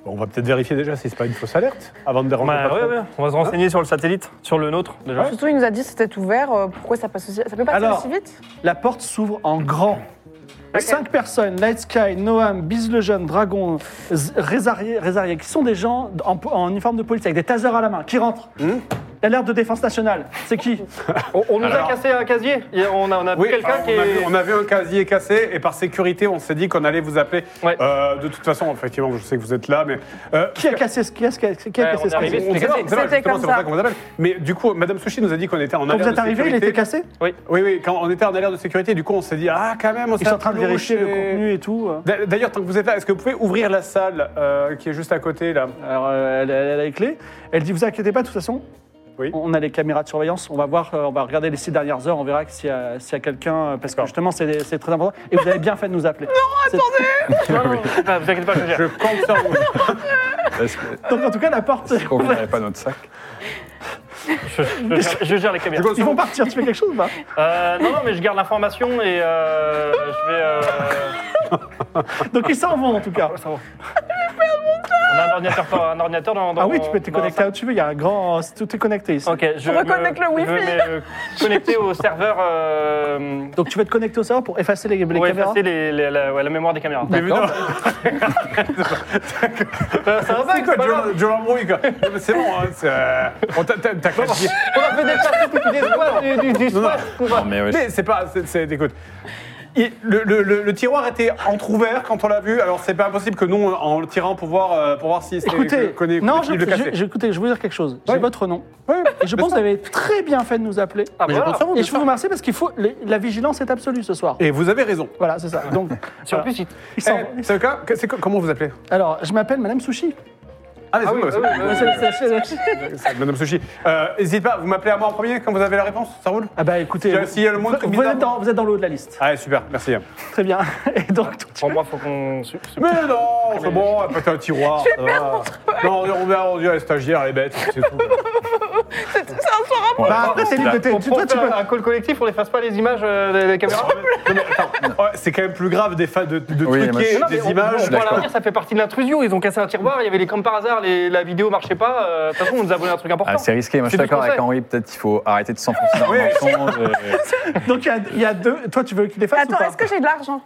E: Bon, On va peut-être vérifier déjà si c'est pas une fausse alerte avant de déranger. le
C: Bah,
E: patron.
C: ouais, ouais. On va se renseigner sur le satellite, sur le nôtre, déjà.
B: Surtout, il nous a dit que c'était ouvert. euh, Pourquoi ça passe aussi Ça peut pas
A: Alors.
B: passer aussi vite
A: La porte s'ouvre en grand. Cinq personnes, Light Sky, Noam, Biz le Jeune, Dragon, Z- Rézarié, Rézarié, qui sont des gens en, en uniforme de police avec des tasers à la main, qui rentrent. L'alerte de défense nationale, c'est qui
C: On, on nous
E: Alors-
C: a cassé un casier. Il y a- On a, on a
E: Oui,
C: vu quelqu'un
E: alors,
C: qui
E: on, a
C: est.
E: vu, on a vu un casier cassé et par sécurité, on s'est dit qu'on allait vous appeler.
C: Ouais.
E: Euh, de toute façon, effectivement, je sais que vous êtes là, mais. euh,
A: Qui a cassé ce qui a, qui a- qui a
C: Ouais,
A: cassé
C: on est
A: ce casier
C: arrivé,
E: on- on-
C: c'était cassé.
E: c'est vrai,
B: C'était
E: justement,
B: comme
E: c'est pour
B: ça.
E: ça qu'on vous appelle. Mais du coup, Madame Sushi nous a dit qu'on était en
A: Quand vous
E: alerte
A: êtes
E: de
A: arrivé, il
E: sécurité.
A: était cassé
E: Oui, oui, quand on était en alerte de sécurité, du coup, on s'est dit Ah, quand même, on
A: Ils sont en train de vérifier le contenu et tout. euh.
E: contenu. D'ailleurs, tant que vous êtes là, est-ce que vous pouvez ouvrir la salle euh, qui est juste à côté, là
A: Alors, euh, elle, elle a les clés. Elle dit, vous inquiétez pas, de toute façon,
E: Oui.
A: on a les caméras de surveillance. On va voir, euh, on va regarder les six dernières heures. On verra que s'il y a, s'il y a quelqu'un, euh, parce que
E: D'accord.
A: justement, c'est c'est très important. Et vous avez bien fait de nous appeler. Non,
C: Non, non, non, vous inquiétez pas, je gère.
E: Je compte sur vous.
F: Est-ce que-
A: Donc, en tout cas, la porte...
F: est-ce qu'on n'avait pas notre sac
C: Je, je gère, je gère les
E: Je
C: caméras.
E: compte
A: Ils
E: sur
A: vont
E: vous.
A: partir, tu fais quelque chose ou pas
C: Euh, non, non, mais je garde l'information et euh, je vais. euh,
A: Donc ils s'en vont en tout cas.
C: on a un ordinateur, par- un ordinateur dans, dans
A: Ah oui, tu peux te
C: dans la
A: connecter là où tu veux, il y a un grand... euh, Tout est connecté ici.
C: salle. Euh, Ok, je
B: On reconnecte le Wi-Fi.
C: Je vais me connecter au serveur euh,
A: Donc tu vas te connecter au serveur pour effacer les, les
C: pour
A: caméras
C: effacer les- les- la, ouais, la mémoire des caméras.
A: D'accord.
C: Euh, ça va pas,
E: C'est quoi,
C: c'est pas grave.
E: Joe- Joe Lambrouille, quoi Non, mais C'est bon, hein, c'est, euh, on t'a- T'as t'as classifié.
A: Ah,
C: On a fait des parties des squats, du, du, du
E: Non, non.
C: squat.
F: Non, mais ouais,
E: Mais c'est pas. C'est, c'est- écoute. il- le, le- le- le tiroir était entrouvert quand on l'a vu, alors c'est pas impossible que nous, en le tirant pour voir, euh, pour voir si c'était
A: Écoutez,
E: qu'on ait-
A: non,
E: qu'on ait
A: je,
E: pu le
A: je-
E: casser.
A: je- écoutez, je vais vous dire quelque chose. J'ai
E: Oui.
A: votre nom.
E: Oui,
A: Et je pense que vous avez très bien fait de nous appeler.
C: Ah, voilà.
A: Et je vous remercie parce qu'il faut. les- la vigilance est absolue ce soir.
E: Et vous avez raison.
A: Voilà, c'est ça. Donc,
C: Sur
A: voilà.
C: plus, il-
A: Il s'en va.
E: Eh, c'est le cas Que- c'est co- Comment vous appelez
A: Alors, je m'appelle Madame Sushi.
E: Ah, mais c'est
C: oui,
E: moi,
C: ah
E: c'est
C: oui,
E: moi.
C: oui,
A: C'est- c'est- c'est-
E: C'est Madame Sushi. Euh, N'hésitez pas, vous m'appelez à moi en premier quand vous avez la réponse, ça roule
A: Ah bah écoutez,
E: S'il y a- s'il y a le moindre
A: vous,
E: truc
A: vous êtes
E: bizarre.
A: dans, vous êtes dans le haut de la liste.
E: Allez, super, merci.
A: Très bien. Et donc, tout de
C: Pour
A: suite-
C: moi, faut qu'on. su- su-
E: Mais non, c'est bon, elle pète un tiroir. ça va. Non, on verra, on dit, elle est stagiaire, elle est bête, c'est tout.
A: Bah, après, c'est libre de t'es-
C: On
A: tu- toi,
C: prend
A: tu peux-
C: un call collectif, on efface pas les images euh, des, des caméras.
E: Ouais, c'est quand même plus grave des fans de, de
F: Oui, moi, je
E: truquer
F: suis-
C: Non, mais
E: des
C: on-
E: images.
C: on peut leur dire, ça fait partie de l'intrusion. Ils ont cassé un tiroir, il y avait les comme par hasard, les- la vidéo marchait pas. euh, De toute façon, on nous a volé un truc important.
F: Ah, c'est risqué, moi je suis
C: C'est tout
F: d'accord
C: ce qu'on fait.
F: avec Henri, peut-être qu'il faut arrêter de s'enfoncer dans
E: Oui.
F: le mensonge. euh,
A: donc il y a- il y, a deux. Toi, tu veux qu'il les fasse
B: Attends,
A: ou pas
B: est-ce que j'ai de l'argent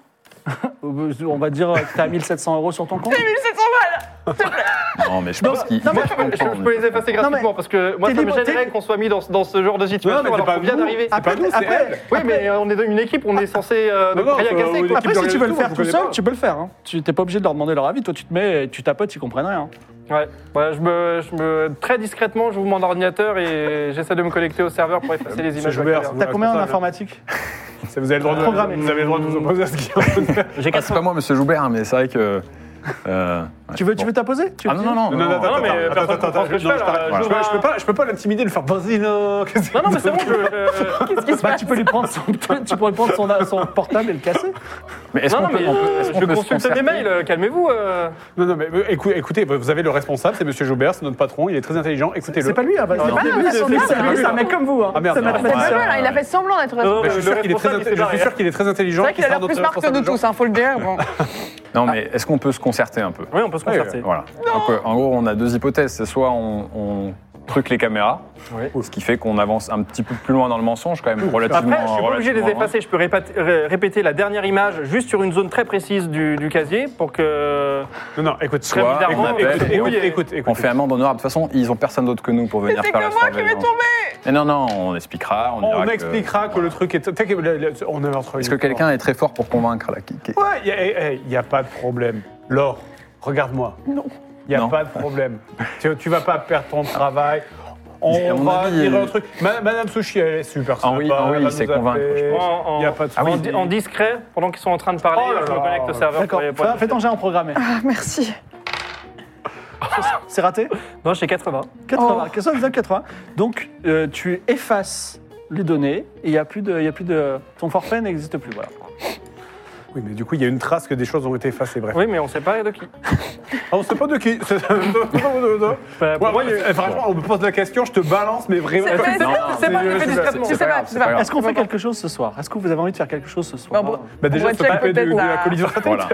A: Euh, On va dire que t'as 1700 euros sur ton compte.
B: 1700 balles
F: Non, mais je pense qu'il
A: non,
F: faut
A: mais je
C: Je, je peux les effacer
A: Non, mais-
C: gratuitement parce que moi,
A: T'es
C: ça me
A: libre,
C: gênerait
A: t'es-
C: qu'on soit mis dans, ce- dans ce genre de
E: Non,
C: situation.
E: mais c'est
C: alors
E: pas
C: qu'on vient
E: nous.
C: d'arriver.
E: C'est pas nous, c'est
A: après-
E: elle.
C: Oui, mais on est dans une équipe, on est censé euh,
E: Non, non,
C: rien
E: c'est-
C: casser.
E: on
C: quoi.
E: est-
A: Après,
E: Équipe
A: si
E: de
A: tu veux le
E: réalisation,
A: faire
E: vous
A: tout
E: connaissez
A: seul,
E: pas.
A: tu peux le faire. hein. Tu t'es pas obligé de leur demander leur avis. Toi, tu te mets, et tu tapotes, ils comprennent rien.
C: Ouais, ouais, je, me, je me- très discrètement, j'ouvre mon ordinateur et j'essaie de me connecter au serveur pour effacer les images.
E: Joubert,
C: de la
E: Ouais,
A: T'as combien en
E: responsable.
A: informatique
E: Ça, Vous avez le droit de
A: Programmé.
E: Vous avez le droit de vous opposer à ce qui est en train de faire.
C: J'ai
F: Ah, c'est pas moi, monsieur Joubert, hein, mais c'est vrai que. euh, ouais,
A: Tu veux,
F: bon.
A: tu veux t'imposer Tu
F: Ah
A: veux-
F: non, non, non.
E: Non, non, attends,
C: mais personne
E: attends, attends, attends,
C: comprend ce que
E: attends,
C: je
E: non,
C: fais,
E: je
C: là.
E: t'arrête.
C: Je
E: Je peux-
C: vois-
E: je peux pas- Je peux pas l'intimider, le faire vas-y, non. qu'est-ce que-
C: Non, non, mais c'est bon, je. euh, je-
A: Bah, tu peux lui prendre son, tu pourrais prendre son, son portable et le casser.
F: Mais est-ce
C: Non,
F: qu'on
C: non,
F: peut,
C: mais
F: on peut- est-ce
C: je
F: qu'on peut se
C: consulte mes
F: concerter
C: mails, euh, calmez-vous. euh.
E: Non, non, mais euh, écou- écoutez, vous avez le responsable, c'est Monsieur Joubert, c'est notre patron, il est très intelligent, écoutez-le.
A: C'est pas lui, hein, bah,
B: pas
A: c'est-
B: lui,
A: c'est-
B: c'est
A: c'est-
B: pas
A: c'est-
E: lui.
A: c'est un mec comme vous. Hein.
E: Ah, merde,
A: C'est
E: non.
B: C'est
A: mathématicien.
B: pas mal, hein, il a fait semblant d'être
C: Non,
B: responsable.
E: Mais Euh, je
C: le
E: suis sûr qu'il est très
C: responsable, il s'est
E: intelligent. Je
C: barré.
E: suis sûr qu'il est très intelligent.
B: C'est vrai qu'il a
E: c'est
B: l'air
E: notre
B: plus smart que nous
E: responsable
B: tous, hein, faut le dire. bon.
F: Non, mais est-ce qu'on peut se concerter un peu
C: Oui, on peut se
E: Ouais,
C: concerter.
F: Voilà. Donc, euh, en gros, on a deux hypothèses. C'est soit on, on truc les caméras,
C: Ouais.
F: ce qui fait qu'on avance un petit peu plus loin dans le mensonge, quand même, relativement.
C: Après, je suis pas obligé de les
F: relativement hein. loin.
C: effacer. Je peux répat- ré- répéter la dernière image juste sur une zone très précise du, du casier pour que.
E: Non, non, écoute,
C: Très
E: écoute,
C: bizarrement,
E: écoute,
F: on
E: écoute,
C: appelle.
E: écoute, écoute, écoute.
F: On fait amende honorable. De toute façon, ils ont personne d'autre que nous pour venir
B: c'est
F: faire la
B: que moi qui vais
F: surveillance. Mais non, non, on expliquera. On, dira
E: On
F: que-
E: expliquera que le truc est. T'inquiète, le- le- On a notre.
F: euh, Est-ce que quelqu'un est très fort pour convaincre là qui- qui-
E: Ouais, il n'y a, pas de problème. Laure, regarde-moi. Non. Il n'y a
F: Non.
E: pas de problème. tu, tu vas pas perdre ton travail.
F: Mais à
E: On
F: mon
E: va
F: avis,
E: tirer
F: euh, Ah
E: un truc. Ma- Madame Sushi, elle est super sympa.
F: Henri- Henri,
E: elle va
F: il sait
E: nous appeler.
F: convaincre, je Ah
C: En, en-
E: Il n'y a pas de
C: en,
E: souci.
C: di- en discret, pendant qu'ils sont en train de parler,
E: Oh là
C: je me
E: là.
C: connecte au serveur.
A: D'accord.
C: pour les- pour
A: Fais-
C: les-
A: Fais ton jet en programmé.
B: Ah, merci.
A: C'est raté
C: Non, j'ai 80.
A: 80.
B: Oh.
A: 80, 80. Donc, euh, tu effaces les données et il n'y a plus de. il Y a plus de ton forfait n'existe plus. Voilà.
E: Oui, mais du coup, il y a une trace que des choses ont été effacées. Bref.
C: Oui, mais on sait pas de qui.
E: Ah, on sait pas de qui. C'est- Non, non, non.
C: Bah, pour
E: Ouais,
C: moi,
E: moi, il y a- eh, Franchement, on me pose la question, je te balance, mais vraiment.
B: C'est- c'est-
F: Non,
B: c'est- c'est
F: non,
B: pas,
F: c'est-
B: je fais
F: c'est-
B: discrètement.
F: c'est
B: C'est
F: pas
B: pas,
F: grave,
B: c'est pas.
F: Alors,
A: Est-ce qu'on fait quelque chose ce soir Est-ce que vous avez envie de faire quelque chose ce soir
B: Bon, bon,
E: Bah, déjà,
B: On
E: se
B: check
E: taper de,
B: peut-être
E: de la
B: la-
E: colise
F: Voilà.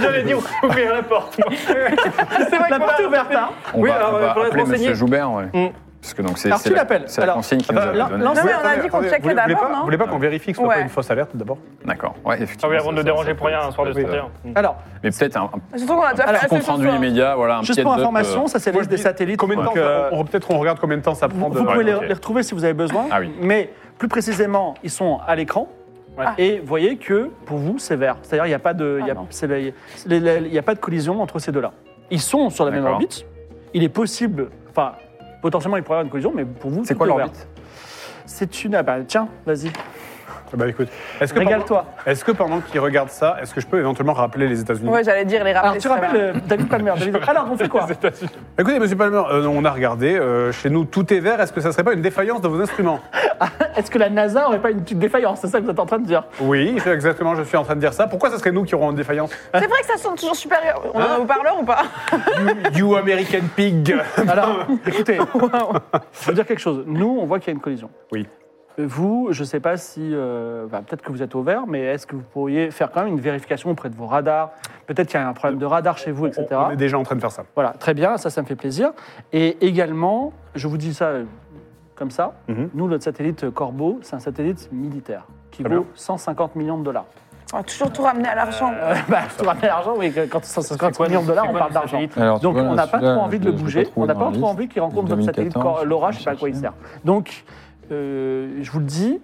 C: J'allais dire ouvrir la porte. c'est vrai
A: La porte est ouverte. hein.
F: On
C: Oui,
F: va,
C: alors,
F: on va
C: il faudrait se
F: appeler
C: renseigner.
F: Monsieur Joubert, ouais.
C: Mm.
F: Parce que donc c'est
A: Alors,
F: c'est
A: tu
F: la,
A: l'appelles.
F: c'est la
A: Alors,
F: consigne qu'il nous
E: attends,
F: avait donnée.
A: lance-
B: Non, mais on a dit qu'on
E: Attendez,
B: checkait
E: vous voulez- vous voulez
B: d'abord,
E: pas-
B: non
E: Vous voulez pas qu'on vérifie que ce soit
B: Ouais.
E: pas une fausse alerte d'abord
F: D'accord. Ouais, effectivement.
C: Ah oui, avant de
F: ça-
C: le
F: ça-
C: déranger
F: ça-
C: pour rien un soir de Mm.
F: ça-
C: soir.
A: Alors,
F: Mais peut-être un, un
B: Surtout qu'on a déjà
A: Alors,
B: fait
F: petit
B: assez
F: compte
B: ce
F: rendu
B: soir.
F: immédiat, voilà. Un
A: juste
F: petit
A: pour
F: heads-up,
A: information,
F: euh,
A: ça c'est la
E: Moi,
A: liste
E: je
A: des
E: dis-
A: satellites.
E: Combien de temps
A: donc, euh,
E: on- on- Peut-être on regarde combien de temps ça prend. de-
A: Vous pouvez
F: Ouais,
A: les,
F: ok.
A: les retrouver si vous avez besoin.
F: Ah oui.
A: Mais plus précisément, ils sont à l'écran.
C: Ouais.
A: Et vous voyez que pour vous, c'est vert. C'est-à-dire, il n'y a, pas de- il y a-
B: Ah non.
A: c'est le- les- les- il y a pas de collision entre ces deux-là. Ils sont sur la même
F: D'accord.
A: orbite. Il est possible, enfin, potentiellement, il pourrait y avoir une collision, mais pour vous,
F: C'est
A: tout
F: quoi
A: est vert.
F: l'orbite
A: C'est une. Ah bah, tiens, vas-y,
E: Ah Bah écoute, est-ce que, pendant,
A: régale-toi.
E: est-ce que pendant qu'il regarde ça, est-ce que je peux éventuellement rappeler les États-Unis
B: Ouais, j'allais dire les rappeler.
A: Alors, tu
B: c'est pas
A: rappelles
B: mal.
A: euh, David Palmer. David- Alors, on fait quoi
E: Écoutez, monsieur Palmer, euh, on a regardé, euh, chez nous tout est vert, est-ce que ça serait pas une défaillance de vos instruments
A: Est-ce que la NASA aurait pas une petite défaillance C'est ça que vous êtes en train de dire.
E: Oui, c'est exactement, je suis en train de dire ça. Pourquoi ça serait nous qui aurons une défaillance
B: C'est vrai que ça sonne toujours supérieur. On a un haut-parleur ou pas
E: you, you American Pig
A: Alors, écoutez, je veux dire quelque chose. Nous, on voit qu'il y a une collision.
E: Oui.
A: Vous, je ne sais pas si. euh, bah, peut-être que vous êtes au vert, mais est-ce que vous pourriez faire quand même une vérification auprès de vos radars Peut-être qu'il y a un problème de radar chez vous, etc.
E: On- On est déjà en train de faire ça.
A: Voilà, très bien, ça, ça me fait plaisir. Et également, je vous dis ça euh, comme ça
E: Mhm.
A: nous, notre satellite Corbeau, c'est un satellite militaire qui
E: Très
A: vaut
E: bien.
A: 150 millions de dollars.
B: On va toujours tout ramener à l'argent.
A: Euh, bah, tout ramener à l'argent, oui, quand 150
C: quoi,
A: millions de dollars,
C: c'est
A: on
C: quoi
A: parle
C: le
A: d'argent.
C: satellite
F: Alors, tu
A: Donc
F: vois,
A: on n'a pas
F: celui-là,
A: trop envie de
F: je-
A: le
F: je l'ai
A: bouger, on n'a pas
F: trouvé dans la
A: trop
F: liste.
A: envie qu'il rencontre votre satellite
F: 2014,
A: Cor- Laura, je sais pas à quoi il sert. Donc euh, je vous le dis,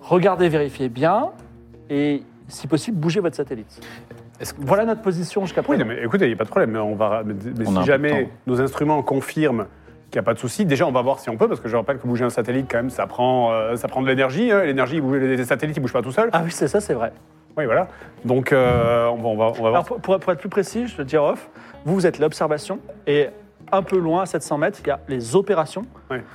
A: regardez, vérifiez bien. et, si possible, bouger votre satellite.
D: Est-ce que-
A: Voilà notre position jusqu'à
E: Oui,
A: présent.
E: non, mais écoutez, il n'y a pas de problème. mais On va, mais mais
F: On a un peu de
E: si jamais
F: temps.
E: nos instruments confirment qu'il n'y a pas de souci, déjà, on va voir si on peut, parce que je rappelle que bouger un satellite, quand même, ça prend, euh, ça prend de l'énergie. hein, et l'énergie, il bouge- les satellites, ils ne bougent pas tout seuls.
A: Ah oui, c'est ça, c'est vrai.
E: Oui, voilà. Donc, euh, on va, on va, on va voir.
A: Alors, pour, pour- pour être plus précis, je te dire off, vous, vous êtes l'observation et un peu loin, à 700 mètres, il y a les opérations.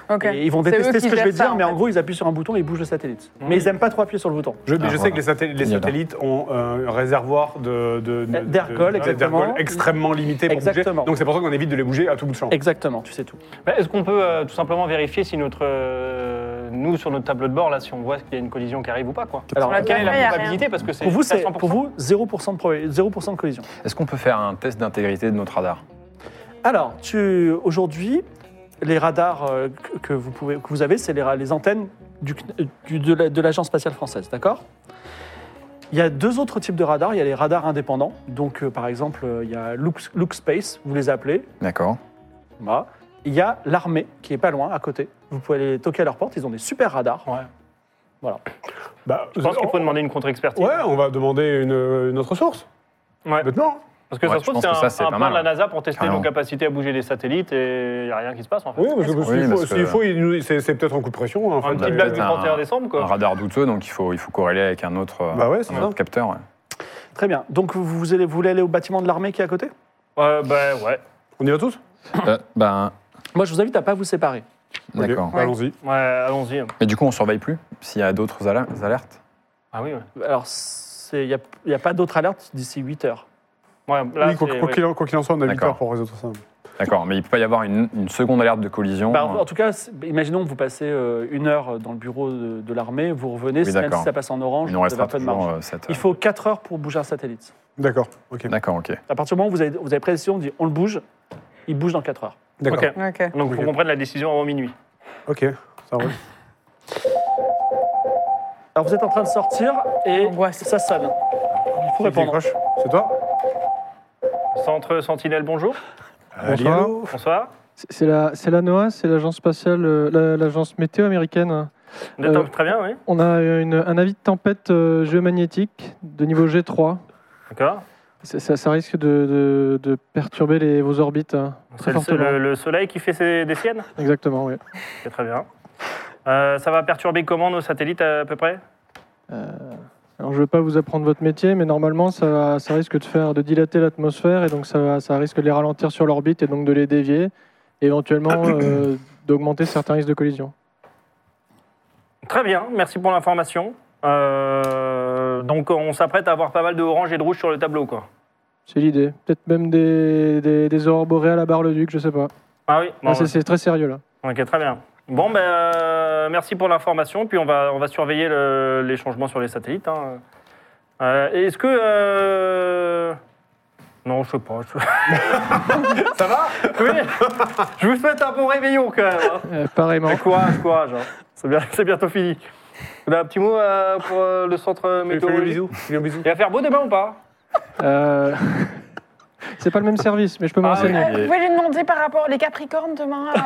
B: Ok.
A: Et ils vont
B: C'est eux
A: détester
B: qui
A: ce que je
B: gèrent
A: vais
B: ça,
A: dire, mais en
B: fait.
A: gros, ils appuient sur un bouton et ils bougent le satellite.
C: Mmh.
A: Mais ils n'aiment pas trop appuyer sur le bouton.
E: Je, mais
F: Ah,
E: je sais
F: voilà.
E: que les, satel- les
F: Il y en a.
E: satellites ont euh, un réservoir de, de, de-
A: D'ergol,
E: de-
A: exactement.
E: d'ergol extrêmement limité pour
A: Exactement.
E: bouger. Donc c'est pour ça qu'on évite de les bouger à tout bout de champ.
A: Exactement, tu sais tout.
C: Bah, Est-ce qu'on peut euh, tout simplement vérifier si notre, euh, nous, sur notre tableau de bord, là, si on voit qu'il y a une collision qui arrive ou pas quoi
A: Alors,
B: la
C: Quelle est la
B: Ouais, y a rien.
C: probabilité Parce que c'est
A: pour vous, c'est
C: à 100%.
A: pour vous 0% de, proba- 0% de collision.
F: Est-ce qu'on peut faire un test d'intégrité de notre radar
A: Alors, tu- aujourd'hui, les radars euh, que, que vous pouvez, que vous avez, c'est les, ra- les antennes du CN- du- de la- de l'Agence spatiale française, d'accord Il y a deux autres types de radars. Il y a les radars indépendants. Donc, euh, par exemple, euh, il y a Look, Look Space, vous les appelez.
F: D'accord.
A: Voilà. Il y a l'armée qui est pas loin, à côté. Vous pouvez aller toquer à leur porte. Ils ont des super radars.
E: Bah,
C: Je pense
E: on-
C: qu'il faut demander une contre-expertise.
E: Ouais, on va demander une, une autre source.
C: Ouais.
E: Maintenant.
C: Parce que
F: Ouais,
C: ça
F: je
C: se trouve,
F: pense
C: c'est
F: que
C: un,
F: ça, c'est
C: un
F: pas
C: plan
F: mal.
C: de la NASA pour tester nos
F: Carrément.
C: capacités à bouger les satellites et il n'y a rien qui se passe en fait.
E: Oui, parce que
F: Oui,
E: s'il faut-
F: parce que-
E: s'il faut, il nous- c'est c'est peut-être un coup de pression. hein, en
C: Un
E: fait.
C: petit
F: Ouais,
C: blague du
F: un-
C: 31 décembre
F: Un
C: quoi.
F: radar douteux, donc il faut, il faut corréler avec un autre, euh,
E: Bah ouais, c'est
F: un autre
E: ça.
F: capteur. ouais.
A: Très bien. Donc, vous, vous allez, vous voulez aller au bâtiment de l'armée qui est à côté
C: Ouais, bah ouais.
E: On y va tous
F: Euh, ben,
A: Moi, je vous invite à pas vous séparer.
E: Ok,
F: d'accord.
E: Allons-y.
C: Ouais, allons-y.
F: Mais du coup, on surveille plus s'il y a d'autres ala- alertes
C: Ah oui, ouais.
A: Alors, c'est- il n'y a, il y a pas d'autre alerte d'ici 8 heures.
C: Ouais, là,
E: oui, quoi
C: c'est-
E: quoi
C: ouais.
E: qu'il en, quoi qu'il en soit, on a 8
F: D'accord.
E: heures pour résoudre ça.
F: D'accord, mais il peut pas y avoir une, une seconde alerte de collision.
A: Bah, en-
F: euh,
A: en tout cas, c'est- imaginons que vous passez euh, une heure dans le bureau de, de l'armée, vous revenez,
F: Oui,
A: même
F: d'accord.
A: si ça passe en orange,
F: il
A: vous
F: nous
A: n'avez
F: restera
A: pas de
F: toujours
A: marge.
F: euh, cette.
A: Il faut 4 heures pour bouger un satellite.
E: D'accord, ok.
F: D'accord, ok.
A: À partir du moment où vous avez, vous avez pris la décision, on dit on le bouge, il bouge dans 4 heures.
E: D'accord.
C: Ok.
B: Ok.
C: Donc il faut
E: Ok.
C: qu'on prenne la décision avant minuit.
E: Ok, ça roule.
A: Alors vous êtes en train de sortir et
B: Angoisse.
A: ça sonne. Il faut
E: Qui
A: répondre.
E: décroche C'est toi
C: Centre Sentinelle, bonjour.
E: Allez, allô
C: Bonsoir.
G: C'est- C'est la, c'est la NOAA, c'est l'agence spatiale, euh, la- l'agence météo américaine.
C: Vous êtes
G: Euh,
C: en- Très bien, oui.
G: On a une- un avis de tempête euh, géomagnétique de niveau G3.
C: D'accord.
G: Ça, ça- ça risque de, de- de perturber les, vos orbites hein,
C: C'est
G: très
C: le, euh,
G: fortement.
C: le- le soleil qui fait ses, des siennes
G: Exactement, oui.
C: Ok, Très bien. Euh, ça va perturber comment nos satellites à peu près
G: Alors, je ne veux pas vous apprendre votre métier, mais normalement, ça, va- ça risque de, faire, de dilater l'atmosphère et donc ça, va- ça risque de les ralentir sur l'orbite et donc de les dévier, et éventuellement euh, d'augmenter certains risques de collision.
C: Très bien, merci pour l'information. Euh, donc on s'apprête à avoir pas mal de orange et de rouge sur le tableau, quoi.
G: C'est l'idée. Peut-être même des, des, des aurores boréales à Bar-le-Duc, je ne sais pas.
C: Ah oui, bon,
G: Là, c'est- c'est très sérieux, là.
C: ok, très bien. Bon, ben, euh, merci pour l'information, puis on va, on va surveiller le- les changements sur les satellites. hein. Euh, Est-ce que... euh, Non, je sais pas. je-
E: Ça va
C: Oui, je vous souhaite un bon réveillon, quand même. hein.
G: Euh, pareillement.
C: Mais courage, courage. hein. C'est bien- c'est bientôt fini. On a un petit mot euh, pour euh, le centre
E: Fais- Fais-lui un
C: météorologique
E: bisou. Fais-lui un bisou.
C: Il va faire beau demain ou pas
G: Euh, c'est pas le même service, mais je peux me
C: Ah,
G: renseigner.
B: Euh, vous pouvez lui demander par rapport les Capricornes demain euh,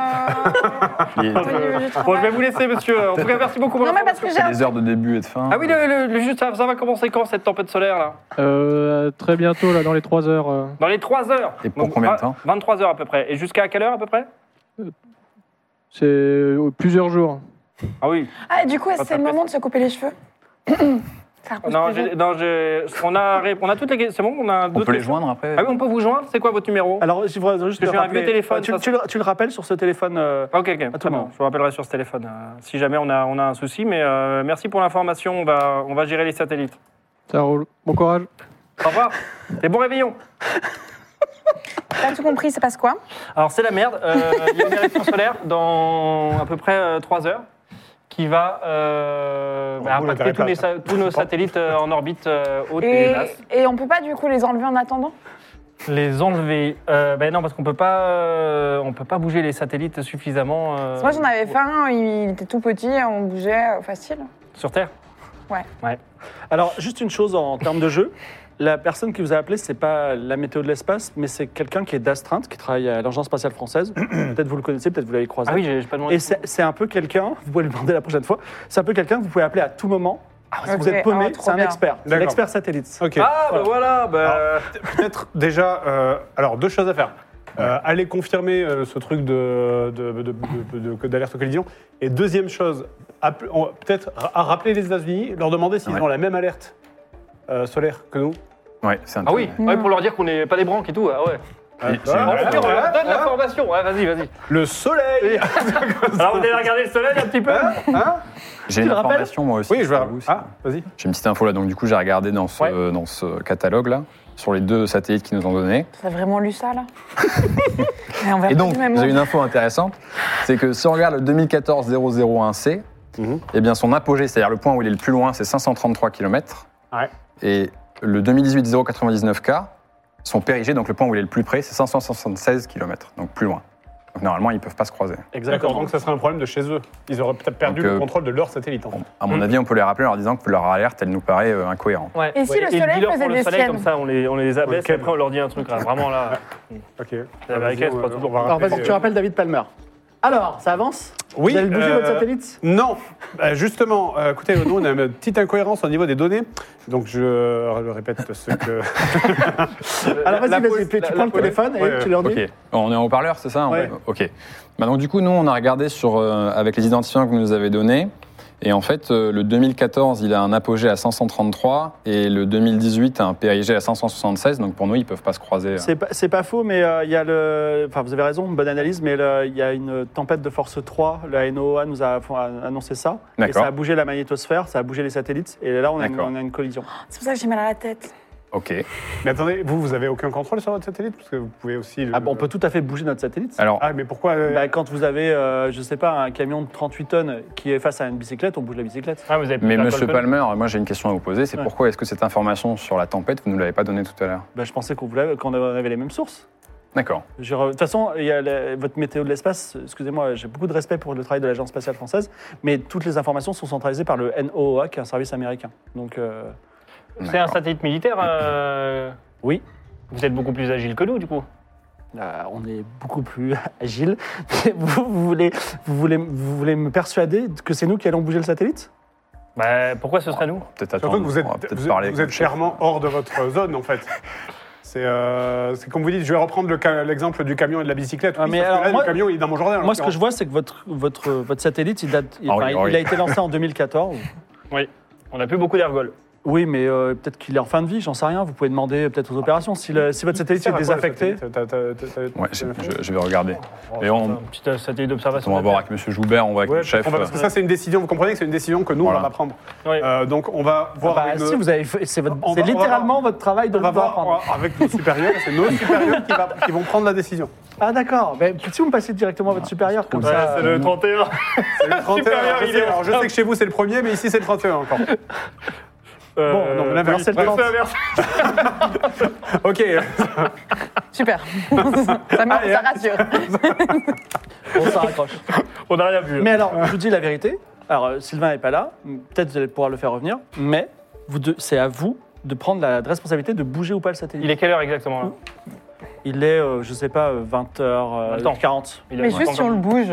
F: Il
C: Ah,
B: au niveau du
C: Bon, je vais
B: travail.
C: vous laisser, monsieur. En tout cas, merci beaucoup pour
B: Non, mais parce
C: l'information.
B: que j'ai
F: y a
B: un
F: des heures de début et de fin. euh,
C: Ah oui, le, le- le- juste, ça, ça va commencer quand cette tempête solaire là
G: Euh, très bientôt, là, dans les 3 heures. euh,
C: Dans les 3 heures
F: Et pour combien de
C: vingt-
F: temps
C: 23 heures à peu près. Et jusqu'à quelle heure à peu près
G: c'est euh, plusieurs jours.
C: Ah oui.
B: Ah, du coup, est-ce
C: Pas
B: que c'est le
C: tapé.
B: moment de se couper les cheveux Ça repousse
C: Non,
B: plus
C: j'ai-
B: vite.
C: non, j'ai- on, a, ré- on a toutes les questions. C'est bon On a
F: On
C: d'autres
F: peut les
C: questions
F: joindre après
C: Ah oui, on peut vous joindre C'est quoi votre numéro
A: Alors je voudrais juste
C: Parce que
A: te
C: j'ai un
A: rappeler- Euh,
C: vieux téléphone,
A: Tu,
C: ça,
A: tu le, tu le rappelles sur ce téléphone euh,
C: Ah, Ok, ok.
A: tout
C: très bien.
A: moment.
C: Je vous rappellerai sur ce téléphone euh, si jamais on a, on a un souci. Mais euh, merci pour l'information. On va, on va gérer les satellites.
G: Ça roule. Bon courage.
C: Au revoir et bon réveillon.
B: T'as tout compris, c'est passe quoi
C: Alors c'est la merde. Euh, Il y a une éruption solaire dans à peu près 3 heures qui va euh, bah,
E: Oh, vous
C: impacter
E: l'intérêt
C: tous,
E: pas,
C: les
E: ça.
C: sa- tous nos satellites euh, en orbite euh, haute et,
B: et,
C: basse.
B: et on peut pas du coup les enlever en attendant
C: Les enlever. Euh, ben non parce qu'on peut pas euh, on peut pas bouger les satellites suffisamment. euh,
B: Parce que Moi j'en avais fait un, il était tout petit, on bougeait euh, facile.
C: sur Terre.
A: Alors juste une chose en termes de jeu. La personne qui vous a appelé, c'est pas la météo de l'espace, mais c'est quelqu'un qui est d'astreinte, qui travaille à l'Agence spatiale française. peut-être vous le connaissez, peut-être vous l'avez croisé.
C: Ah oui j'ai j'ai pas demandé.
A: Et c'est c'est un peu quelqu'un, vous pouvez le demander la prochaine fois, c'est un peu quelqu'un que vous pouvez appeler à tout moment Vous
B: Ok,
A: êtes paumé,
B: ah, trop
A: c'est un
B: bien.
A: expert. C'est
E: D'accord.
A: l'expert satellite.
E: Ok.
C: Ah, bah voilà, bah,
E: euh, Peut-être déjà, euh, alors deux choses à faire. Euh, aller confirmer euh, ce truc de, de, de- de- de- de- d'alerte aux collisions. Et deuxième chose, appe- on- peut-être ra- à rappeler les États-Unis, leur demander s'ils
F: Ouais.
E: ont la même alerte euh, solaire que nous.
F: Ouais, c'est
C: Ah oui,
F: intéressant.
C: ouais, pour leur dire qu'on n'est pas des branques et tout. Ah ouais.
F: Oui, c'est-
C: Ah, au pire, on leur
E: ouais,
C: donne
E: ouais.
C: l'information. Ouais, vas-y, vas-y.
E: Le soleil
F: Ah,
C: Alors, vous allez regarder le soleil un petit peu
E: Hein
F: J'ai une information moi aussi.
E: Oui, je vais.
F: pour vous, si-
E: Ah, vas-y.
F: J'ai une petite info là, donc du coup j'ai regardé dans ce,
C: Ouais.
F: dans ce catalogue là, sur les deux satellites qui nous ont donné.
B: T'as vraiment lu ça, là Mais on va
F: Et
B: pas
F: donc
B: du même
F: j'ai
B: monde.
F: une info intéressante, c'est que si on regarde le 2014-001C,
E: Mhm.
F: eh bien son apogée, c'est-à-dire le point où il est le plus loin, c'est 533 km.
E: Ouais.
F: Et le 2018-099K, son périgée, donc le point où il est le plus près, c'est 576 km, donc plus loin. Donc normalement ils peuvent pas se croiser.
E: D'accord, donc ça serait un problème de chez eux. Ils auraient peut-être perdu
F: Donc,
E: le
F: euh,
E: contrôle de leur satellite. En fait.
F: À mon avis, on peut les rappeler en leur disant que leur alerte, elle nous paraît euh, incohérente.
C: Ouais.
B: Et si le soleil
C: dis-leur
B: faisait
C: pour le
B: des
C: soleil,
B: siennes
C: comme ça, on les, on les abaisse
E: Ok.
C: et après on leur dit un truc là. Vraiment là.
E: Ok. Ah,
C: La barricade, c'est pas toujours-
E: Alors,
H: Alors vas-y, tu rappelles David Palmer. Alors, ça avance
E: Oui,
H: Vous avez bougé
E: euh,
H: votre satellite
E: Non, Bah, justement, euh, écoutez, nous on a une petite incohérence au niveau des données, donc je euh, répète ce que.
H: Alors vas-y,
E: la
H: vas-y,
E: pause,
H: tu
E: la-
H: prends
E: la
H: le téléphone et
E: Ouais,
H: tu leur dis.
F: Ok. On est en haut-parleur, c'est ça on
H: Ouais.
F: va- Ok. Bah donc, du coup, nous, on a regardé sur, euh, avec les identifiants que vous nous avez donnés. Et en fait, euh, le 2014, il a un apogée à 533 et le 2018 a un périgée à 576. Donc, pour nous, ils peuvent pas se croiser. euh.
A: C'est pas, c'est pas faux, mais euh, il y a le. Enfin, vous avez raison, bonne analyse, mais le- il y a une tempête de force 3. La NOAA nous a a annoncé ça. Et
F: D'accord.
A: ça a bougé la magnétosphère, ça a bougé les satellites. Et là, on a, une,
F: D'accord.
A: on a une collision.
B: C'est pour ça que j'ai mal à la tête.
F: Ok.
E: Mais attendez, vous, vous avez aucun contrôle sur votre satellite parce que vous pouvez aussi. le-
A: Ah, bon, on peut tout à fait bouger notre satellite.
F: Alors,
E: Ah, mais pourquoi euh,
A: Bah, quand vous avez, euh, je sais pas, un camion de 38 tonnes qui est face à une bicyclette, on bouge la bicyclette.
C: Ah, vous avez
F: mais
C: la
F: monsieur
C: Colcon.
F: Palmer, moi, j'ai une question à vous poser. C'est
A: Ouais.
F: pourquoi est-ce que cette information sur la tempête, vous nous l'avez pas donnée tout à l'heure
A: Bah, je pensais qu'on voulait- qu'on avait les mêmes sources.
F: D'accord.
A: Je re- De toute façon, il y a la- votre météo de l'espace, excusez-moi, j'ai beaucoup de respect pour le travail de l'Agence spatiale française, mais toutes les informations sont centralisées par le NOAA, qui est un service américain. Donc, euh,
C: C'est un satellite militaire euh,
A: Oui.
C: Vous êtes beaucoup plus agile que nous, du coup.
A: euh, on est beaucoup plus agile. Mais Vous, vous voulez, vous, voulez, vous voulez me persuader que c'est nous qui allons bouger le satellite
C: Bah, pourquoi ce serait nous
F: Peut-être
E: Surtout
F: attendre.
E: que vous êtes,
F: on va peut-être
E: vous, êtes-
F: parler
E: vous
F: avec
E: êtes
F: le chef.
E: clairement hors de votre zone en fait. C'est euh, c'est comme vous dites, je vais reprendre le ca- l'exemple du camion et de la bicyclette.
A: Ah,
E: Oui,
A: mais
E: sauf que
A: alors,
E: là,
A: moi-
E: le camion il est dans mon jardin. en
A: Moi, ce que je
E: l'occurrence.
A: vois, c'est que votre, votre, votre satellite, il, date, il-
F: Ah oui,
A: enfin,
F: ah oui.
A: il a été lancé en 2014.
C: On n'a plus beaucoup d'ergols.
A: Oui, mais euh, peut-être qu'il est en fin de vie, j'en sais rien. Vous pouvez demander euh, peut-être aux opérations. Si, le- si votre satellite
E: Ça
A: est
E: sert à quoi, le
A: désaffecté,
E: satellite T'as- t'as- t'as- t'as-
F: Ouais, je, je- je vais regarder. Et
C: Un
F: on,
C: petit euh, satellite d'observation.
F: on va voir avec monsieur Joubert, on va avec
E: Oh, Ouais,
F: le chef.
E: on va- parce que ça c'est une décision, vous comprenez que c'est une décision que nous
F: Voilà.
E: on va pas prendre.
C: Ouais.
E: Euh, donc on va
A: Ah
E: voir
A: bah,
E: avec nos-
A: si vous avez, fait- c'est votre-
E: On
A: c'est
E: va- on va
A: littéralement votre travail de
E: on va
A: le voir
E: voir
A: prendre.
E: on va- avec nos supérieurs, c'est nos supérieurs qui, va- qui vont prendre la décision.
A: Ah d'accord. Mais si vous me passez directement à votre supérieur, comme
C: Ouais,
A: ça.
C: c'est
A: euh,
C: le 31.
E: C'est le 31.
C: Supérieur,
E: je
C: il
E: sais-
C: est en
E: alors je sais que chez vous c'est le premier, mais ici c'est le 31 encore.
C: Euh,
E: non, mais l'inverse,
C: oui,
E: c'est le
C: on fait
E: 30.
C: inverse.
E: Ok,
B: Super. ça, me-
E: Ah, et-
B: ça rassure.
A: on s'en raccroche.
C: On n'a rien vu.
A: mais alors, je vous dis la vérité. Alors euh, Sylvain n'est pas là. Peut-être vous allez pouvoir le faire revenir. Mais vous deux- c'est à vous de prendre la responsabilité de bouger ou pas le satellite.
C: Il est quelle heure exactement là
A: Il est, euh, je sais pas,
C: le temps.
A: 20h40.
C: Il est
B: Mais
C: encore-
B: juste si on le bouge,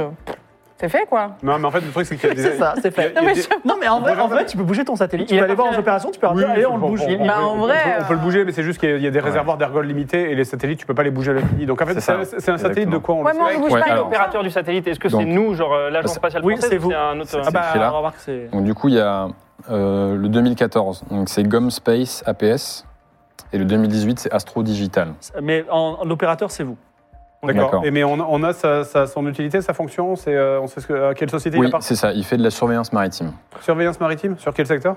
B: c'est fait, quoi.
E: non mais en fait le truc c'est qu'il y a des...
A: C'est ça, c'est fait.
E: Il y a
B: mais
E: des-
B: je-
A: Non mais en vrai, en vrai, tu peux bouger ton satellite. Tu
C: Il
A: peux
C: est
A: aller voir
C: parti.
A: aux opérations, tu peux leur
E: Oui,
A: dire, allez, on le bouge.
E: on- on
B: Bah,
E: peut-
B: en
E: on
B: vrai,
E: peut- on peut le
B: euh,
E: bouger, mais c'est juste qu'il y a- il y a des réservoirs d'ergols limités et les satellites, tu peux pas les bouger à l'infini. Donc en fait,
F: C'est
E: c'est
F: ça.
E: un- c'est un satellite
F: Exactement.
E: de quoi on
B: Ouais,
E: le
B: mais on ne
E: sait
B: bouge
F: Ouais,
B: pas.
F: alors-
B: nous.
C: Opérateur du satellite, est-ce que c'est
F: Donc-
C: nous, genre euh, l'agence
F: Bah,
C: spéciale
A: Oui,
C: française
A: c'est
C: ou
A: vous.
C: un autre.
A: Ah bah,
F: écrit là.
A: remarque, c'est.
F: Donc du coup, il y a euh, le 2014, donc c'est GOM Space APS, et le 2018, c'est Astro Digital.
A: Mais en- en- l'opérateur, c'est vous.
E: D'accord.
F: D'accord.
E: Et mais on, on a sa, sa- son utilité, sa fonction, c'est euh, on sait ce que, à quelle société
F: Oui,
E: il appartient.
F: c'est ça, il fait de la surveillance maritime.
E: Surveillance maritime, sur quel secteur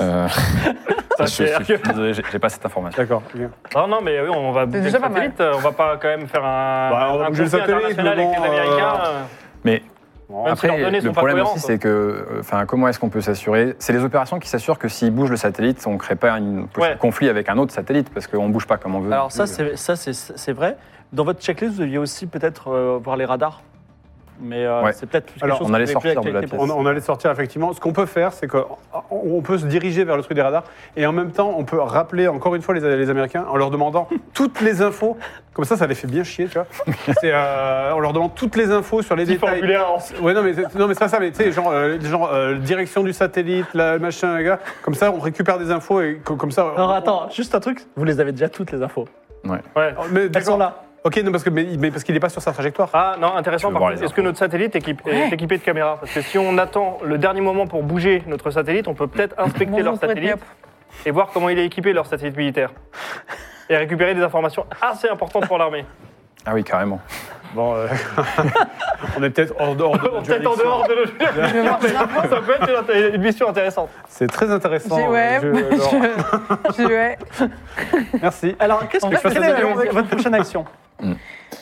F: Euh,
C: Ça,
F: je- je-
C: c'est-
F: je suis désolé, j'ai j'ai pas cette information.
E: D'accord. bien.
C: Non, non, mais oui, on va bouger le
B: déjà pas mal.
C: satellite. On va pas quand même faire un,
E: Bah, on va
C: un
E: bouger le
C: conflit
E: satellite,
C: international
E: mais bon,
C: avec les Américains. euh,
F: Mais
C: Même si leurs
F: après,
C: données
F: le
C: sont pas
F: problème
C: cohérentes.
F: aussi, c'est que, euh, enfin, comment est-ce qu'on peut s'assurer C'est les opérations qui s'assurent que s'ils bougent le satellite, on crée pas une- un
C: Ouais.
F: conflit avec un autre satellite parce qu'on bouge pas comme on veut.
A: Alors ça, c'est ça, c'est- c'est vrai. Dans votre checklist, vous deviez aussi peut-être euh, voir les radars. mais euh,
F: Ouais.
A: c'est peut-être quelque
E: Alors,
A: chose
F: on allait
A: qui n'est plus
F: sortir de la
A: d'actualité pour
E: On,
A: vous.
E: on allait sortir effectivement. Ce qu'on peut faire, c'est qu'on peut se diriger vers le truc des radars et en même temps, on peut rappeler encore une fois les, les Américains en leur demandant toutes les infos. Comme ça, ça les fait bien chier, tu vois. C'est, euh, on leur demande toutes les infos sur les
C: Petit
E: détails.
C: formulaire en-
E: Ouais, non, mais, c'est- non, mais c'est pas ça, mais tu sais, genre, euh, genre euh, direction du satellite, la, machin, les gars. Comme ça, on récupère des infos et co- comme ça.
A: Alors
E: on-
A: attends, juste un truc, vous les avez déjà toutes les infos.
E: mais
A: Elles
E: d'accord.
A: sont là.
E: Ok, non, parce que, mais, mais parce qu'il n'est pas sur sa trajectoire.
C: Ah non, intéressant.
F: Tu veux
C: Par
F: voir
C: contre,
F: les
C: est-ce que notre satellite équipe- est équipé de caméras Parce que si on attend le dernier moment pour bouger notre satellite, on peut peut-être inspecter
B: Bonjour,
C: leur
B: Fred
C: satellite et voir comment il est équipé, leur satellite militaire. Et récupérer des informations assez importantes pour l'armée.
F: Ah oui, carrément.
E: Bon, euh, on est peut-être hors dehors. de-
C: Peut-être en dehors de nos Ça peut être une inté- une mission intéressante.
E: C'est très intéressant.
B: J'ai- ouais,
E: euh, je- Laurent.
B: Je- ouais.
E: Merci.
I: Alors, qu'est-ce
B: On
I: que
B: va
I: vous
B: faire
I: faites
B: des
I: avec votre prochaine action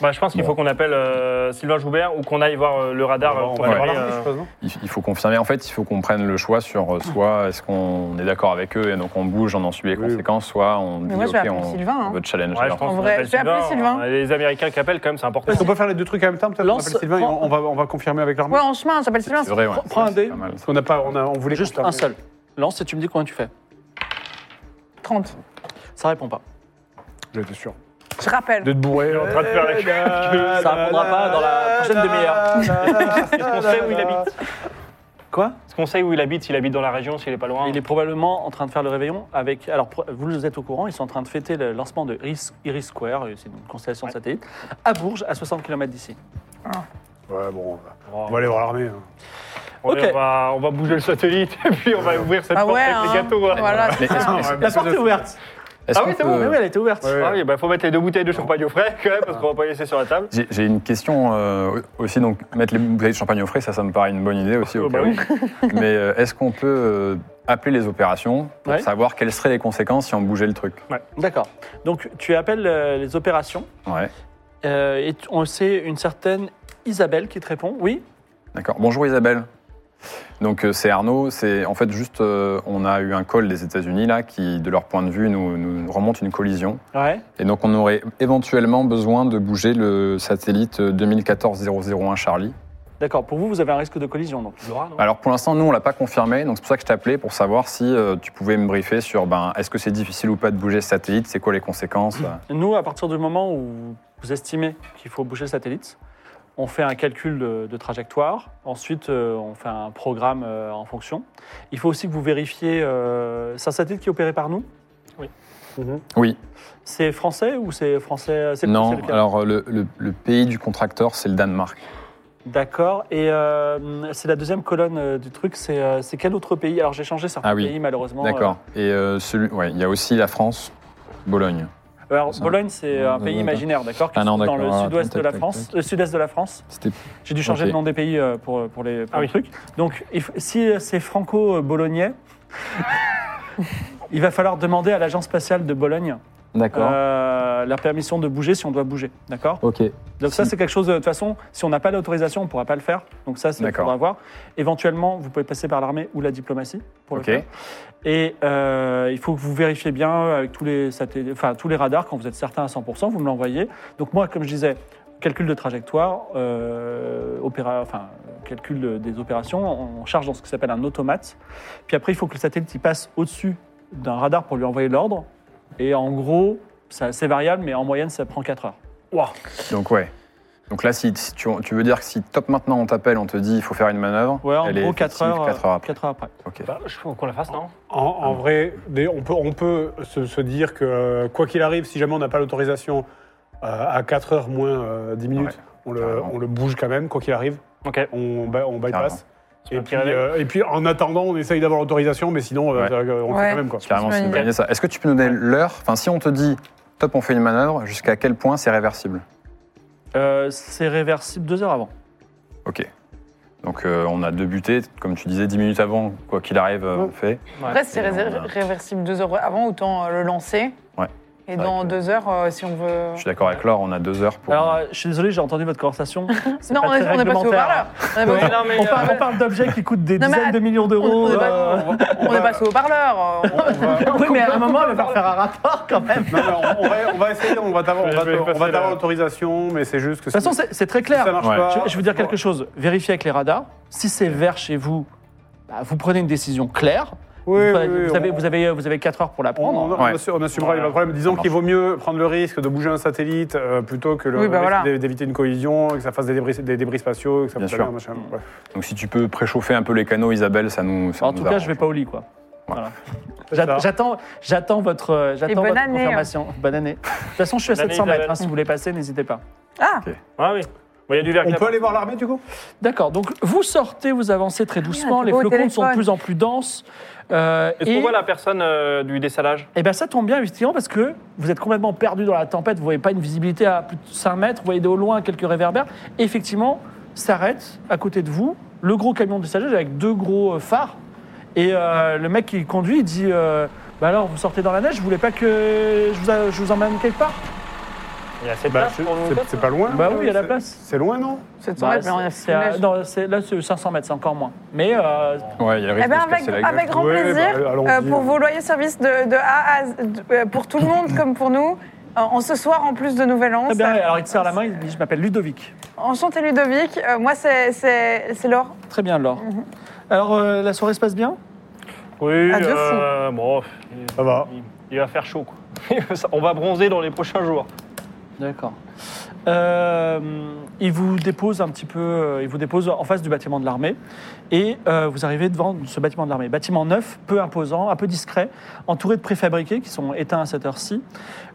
C: Bah, je pense qu'il
F: Bon.
C: faut qu'on appelle euh, Sylvain Joubert ou qu'on aille voir euh, le radar. euh,
E: on
C: pour
E: va
C: parler,
E: voir
C: euh,
E: l'armée, je suppose, non
F: Il il faut confirmer. En fait, il faut qu'on prenne le choix sur euh, soit est-ce qu'on est d'accord avec eux et donc on bouge, on en subit les
E: Oui.
F: conséquences, soit on dit
B: moi, je vais
F: ok,
B: appeler
F: on,
B: Sylvain, hein.
F: on veut challenger.
C: ouais, je
F: leur-
C: pense
B: En
C: qu'on
B: vrai,
C: appelle
B: je vais appeler Sylvain.
C: Euh, Les Américains qui appellent, quand même, c'est important.
E: Est-ce qu'on peut faire les deux trucs en même temps Peut-être on
A: Lance-
E: appelle Sylvain et on, on va, on va confirmer avec l'armée.
B: Ouais, en chemin, j'appelle
F: C'est
B: Sylvain.
F: c'est vrai, hein. ouais.
A: Prends un
F: C'est
A: dé.
F: pas mal.
E: Parce qu'on n'a pas, on, a, on voulait
A: Juste
E: confirmer.
A: un seul. Lance et tu me dis combien tu fais.
B: 30.
A: Ça répond pas.
E: J'étais sûr.
B: Je rappelle.
E: De te bourrer.
C: en train de
E: Eh,
C: faire la
E: Ça
A: Ça répondra pas dans la prochaine demi-heure.
C: Est-ce qu'on sait où il habite
E: eh,
A: Quoi
C: Est-ce qu'on sait où il habite S'il habite dans la région, s'il est pas loin
A: Il est probablement en train de faire le réveillon avec. Alors, pour- vous êtes au courant, ils sont en train de fêter le lancement de Iris, Iris Square, euh, c'est une constellation de satellites, à Bourges, à 60 km d'ici.
E: Ouais, bon, on va- on va aller voir l'armée. hein.
C: On,
A: Ok.
C: va, on va bouger le satellite et puis on va ouvrir cette
B: Ah
C: porte
B: ouais,
C: avec les
B: hein.
C: gâteaux. hein.
B: Voilà,
F: Mais
B: c'est
F: est-ce
B: ça.
F: qu'on- est-ce-
A: La porte est ouverte
F: est-ce
C: Ah
F: qu'on
C: oui, c'est bon,
F: peut-
A: Oui, oui, elle était ouverte.
C: Ah oui, bah, faut mettre les deux bouteilles de champagne au frais quand même, parce qu'on va pas les laisser sur la table.
F: J'ai j'ai une question euh, aussi, donc mettre les bouteilles de champagne au frais, ça, ça me paraît une bonne idée aussi. au
C: Oh, bah
F: cas où. Mais euh, est-ce qu'on peut euh, appeler les opérations pour
A: Ouais.
F: savoir quelles seraient les conséquences si on bougeait le truc
A: D'accord. Donc, tu appelles euh, les opérations
F: Ouais,
A: euh, et tu- on sait une certaine Isabelle qui te répond. Oui
F: d'accord. Bonjour Isabelle. Donc euh, c'est Arnaud, c'est en fait juste, euh, on a eu un call des États-Unis là qui, de leur point de vue, nous, nous remonte une collision.
A: Ouais.
F: Et donc on aurait éventuellement besoin de bouger le satellite euh, 2014-001 Charlie.
A: D'accord. Pour vous, vous avez un risque de collision. Donc.
F: Alors pour l'instant, nous, on l'a pas confirmé, donc c'est pour ça que je t'appelais pour savoir si euh, tu pouvais me briefer sur ben, est-ce que c'est difficile ou pas de bouger ce satellite, c'est quoi les conséquences. euh.
A: Nous, à partir du moment où vous estimez qu'il faut bouger le satellite, on fait un calcul de, de trajectoire. Ensuite, euh, on fait un programme euh, en fonction. Il faut aussi que vous vérifiez. euh, c'est un satellite qui est opéré par nous
F: Oui,
A: C'est français ou c'est français c'est- c'est
F: non,
A: lequel
F: alors euh, le, le- le pays du contracteur, c'est le Danemark.
A: D'accord. Et euh, c'est la deuxième colonne euh, du truc. C'est euh, c'est quel autre pays Alors, j'ai changé certains
F: Ah oui.
A: pays, malheureusement.
F: D'accord. Et euh, celui, ouais, il y a aussi la France, Bologne.
A: Euh, alors,
F: Ça.
A: Bologne, c'est un
F: Ouais,
A: pays
F: ouais,
A: imaginaire, d'accord qui
F: Ah
A: se
F: non,
A: trouve Dans le
F: d'accord. Ah,
A: sud-ouest
F: tac,
A: de la
F: tac,
A: France.
F: tac.
A: Le sud-est de la France.
F: C'était
A: J'ai dû changer
F: Ok.
A: le nom des pays euh, pour, pour les, pour
C: Ah
A: le
C: oui.
A: truc. Donc, il f- si euh, c'est franco-bolognais, il va falloir demander à l'agence spatiale de Bologne
F: D'accord.
A: euh, la permission de bouger si on doit bouger. D'accord
F: Ok.
A: Donc, ça,
F: Si-
A: c'est quelque chose. euh, De toute façon, si on n'a pas l'autorisation, on ne pourra pas le faire. Donc, ça, c'est il
F: D'accord.
A: faudra voir. Éventuellement, vous pouvez passer par l'armée ou la diplomatie pour le
F: Ok.
A: faire. Et euh, il faut que vous vérifiez bien avec tous les, satel- enfin, tous les radars, quand vous êtes certain à 100%, vous me l'envoyez. Donc moi, comme je disais, calcul de trajectoire, euh, opéra, enfin, calcul de- des opérations, on charge dans ce qui s'appelle un automate. Puis après, il faut que le satellite il passe au-dessus d'un radar pour lui envoyer l'ordre. Et en gros, ça- c'est variable, mais en moyenne, ça prend 4 heures.
F: Donc ouais. Donc là, si, si tu, tu veux dire que si top maintenant on t'appelle, on te dit il faut faire une manœuvre.
A: Ouais, en
F: elle est
A: gros, 4
F: effective
A: heures, euh,
F: quatre heures après.
A: quatre heures après.
F: Ok.
C: Bah, je trouve qu'on la fasse, non
E: En, en vrai, des- on peut, on peut se, se dire que euh, quoi qu'il arrive, si jamais on n'a pas l'autorisation euh, à 4 heures moins euh, 10 minutes,
F: Ouais,
E: on, le,
F: carrément.
E: on le bouge quand même, quoi qu'il arrive.
C: Ok.
E: On, ba- on bypass. Et
C: le
E: puis,
C: petit réveil.
E: euh, et puis en attendant, on essaye d'avoir l'autorisation, mais sinon, euh,
F: Ouais.
E: euh, on le
B: Ouais.
E: fait quand même. Quoi.
F: Carrément,
B: C'est
F: c'est
B: une
F: une
B: bonne
F: bonne idée, ça. Est-ce que tu peux nous donner l'heure Enfin, si on te dit top, on fait une manœuvre, jusqu'à quel point c'est réversible
A: Euh, c'est réversible 2 heures avant.
F: Ok. Donc euh, on a débuté, comme tu disais, 10 minutes avant,
A: Mm.
F: quoi qu'il arrive, euh, on fait.
B: Après, si c'est
F: Et on
B: ré-
F: a-
B: réversible deux heures avant, autant euh, le lancer.
F: Ouais.
B: Et
J: C'est vrai
B: dans
J: que-
B: deux heures, euh, si on veut.
J: Je suis d'accord avec Laure, on a deux heures pour.
A: Alors, euh, je suis désolé, j'ai entendu votre conversation. C'est
B: Non,
A: pas
B: on est,
A: très
B: on est passé au
A: réglementaire,
B: parleur. On est passé-
C: non, mais,
A: On parle,
C: euh,
A: on parle d'objets qui coûtent des
B: Non, mais
A: dizaines de
B: att-
A: millions d'euros.
B: on est pas-
A: euh,
B: on est passé au parleur. euh, on-
K: Oui, mais à un moment, elle va faire un rapport quand même.
E: Non, non, on, va, on va essayer, on va t'avoir on
C: Je
E: va
C: vais
E: t'avoir- on
C: passer
E: va t'avoir
C: la-
E: l'autorisation, mais c'est juste
A: De
E: que
A: toute façon, c'est c'est très
E: ça
A: clair.
E: marche
F: Ouais.
E: pas.
A: Je, je veux dire quelque chose. Vérifiez avec les radars. Si c'est vert chez vous, bah, vous prenez une décision claire.
E: Oui,
A: vous,
E: oui,
A: prenez-
E: oui,
A: vous
E: on-
A: avez, vous, avez, euh, vous avez 4 heures pour la
E: On,
A: prendre.
E: on- on
F: Ouais.
E: assu- on assumera, il n'y a pas de problème. Disons
F: Ça
E: qu'il vaut mieux prendre le risque de bouger un satellite euh, plutôt que le
B: Oui, bah
E: risque
B: voilà.
E: d'é- d'éviter une collision, que ça fasse des débris, des débris spatiaux, que ça
F: Bien
E: fasse
F: sûr.
E: un machin. ouais.
F: Donc si tu peux préchauffer un peu les canaux, Isabelle, ça nous. ça
A: en
F: nous
A: tout cas,
F: arrange.
A: je vais pas au lit, quoi. Voilà.
E: C'est ça.
A: J'a- J'attends, j'attends votre, euh, j'attends
B: bonne
A: votre
B: année,
A: confirmation. Bonne année. De toute façon, je suis à
C: hein. Bonne année,
A: 700 mètres.
C: Isabelle.
A: hein, si vous voulez passer, n'hésitez pas.
B: Ah,
C: Ah oui. Bon, Il y a du verre.
E: On
C: qui
E: peut
C: a-
E: aller voir l'armée du coup
A: D'accord. Donc, vous sortez, vous avancez
C: Ah,
A: très doucement.
B: t'es
A: les
B: pas au
A: flocons sont de
B: téléphone.
A: plus en plus denses. Euh,
C: Est-ce qu'on voit la personne euh, du dessalage
A: Eh bien, ça tombe bien, effectivement, parce que vous êtes complètement perdu dans la tempête, vous voyez pas une visibilité à plus de 5 mètres, vous voyez de au loin quelques réverbères. Et effectivement, s'arrête à côté de vous le gros camion de sagesse avec deux gros euh, phares. Et euh, le mec qui conduit, il dit euh, Bah alors, vous sortez dans la neige, vous voulez pas que je vous, a- je vous emmène quelque part
C: Il y a assez de
E: Bah,
C: place
E: c'est-
C: pour nous
E: c'est-
C: quatre,
E: C'est pas loin.
B: Ah
A: Bah oui, il y a la
E: c'est-
A: place.
E: C'est loin, non
B: 700
A: Bah,
B: mètres, mais on a
A: c'est- c'est
B: fait
A: à-
B: neige.
A: non, c'est- Là, c'est 500 mètres, c'est encore moins. Mais euh,
F: Ouais, il y a le
B: Eh
F: risque
B: ben,
F: de se
B: avec,
F: casser la gueule.
B: avec grand
E: Ouais,
B: plaisir,
E: bah, allons-y,
B: euh, pour
E: hein.
B: vos loyers services de, de A à Z, de- euh, pour tout le monde comme pour nous. Euh, En ce soir, en plus de Nouvel An,
A: très Eh bien.
B: ça-
A: Alors, il te serre la main, il dit Je m'appelle Ludovic.
B: enchanté Ludovic. Euh, moi, c'est c'est c'est Laure.
A: Très bien, Laure. Mmh. Alors, euh, la soirée se passe bien
C: Oui,
B: Adieu,
C: euh, bon,
E: Ça va.
C: il, il va faire chaud. Quoi. On va bronzer dans les prochains jours.
A: D'accord. Euh, il vous dépose un petit peu, euh, il vous dépose en face du bâtiment de l'armée et euh, vous arrivez devant ce bâtiment de l'armée. Bâtiment neuf, peu imposant, un peu discret, entouré de préfabriqués qui sont éteints à cette heure-ci.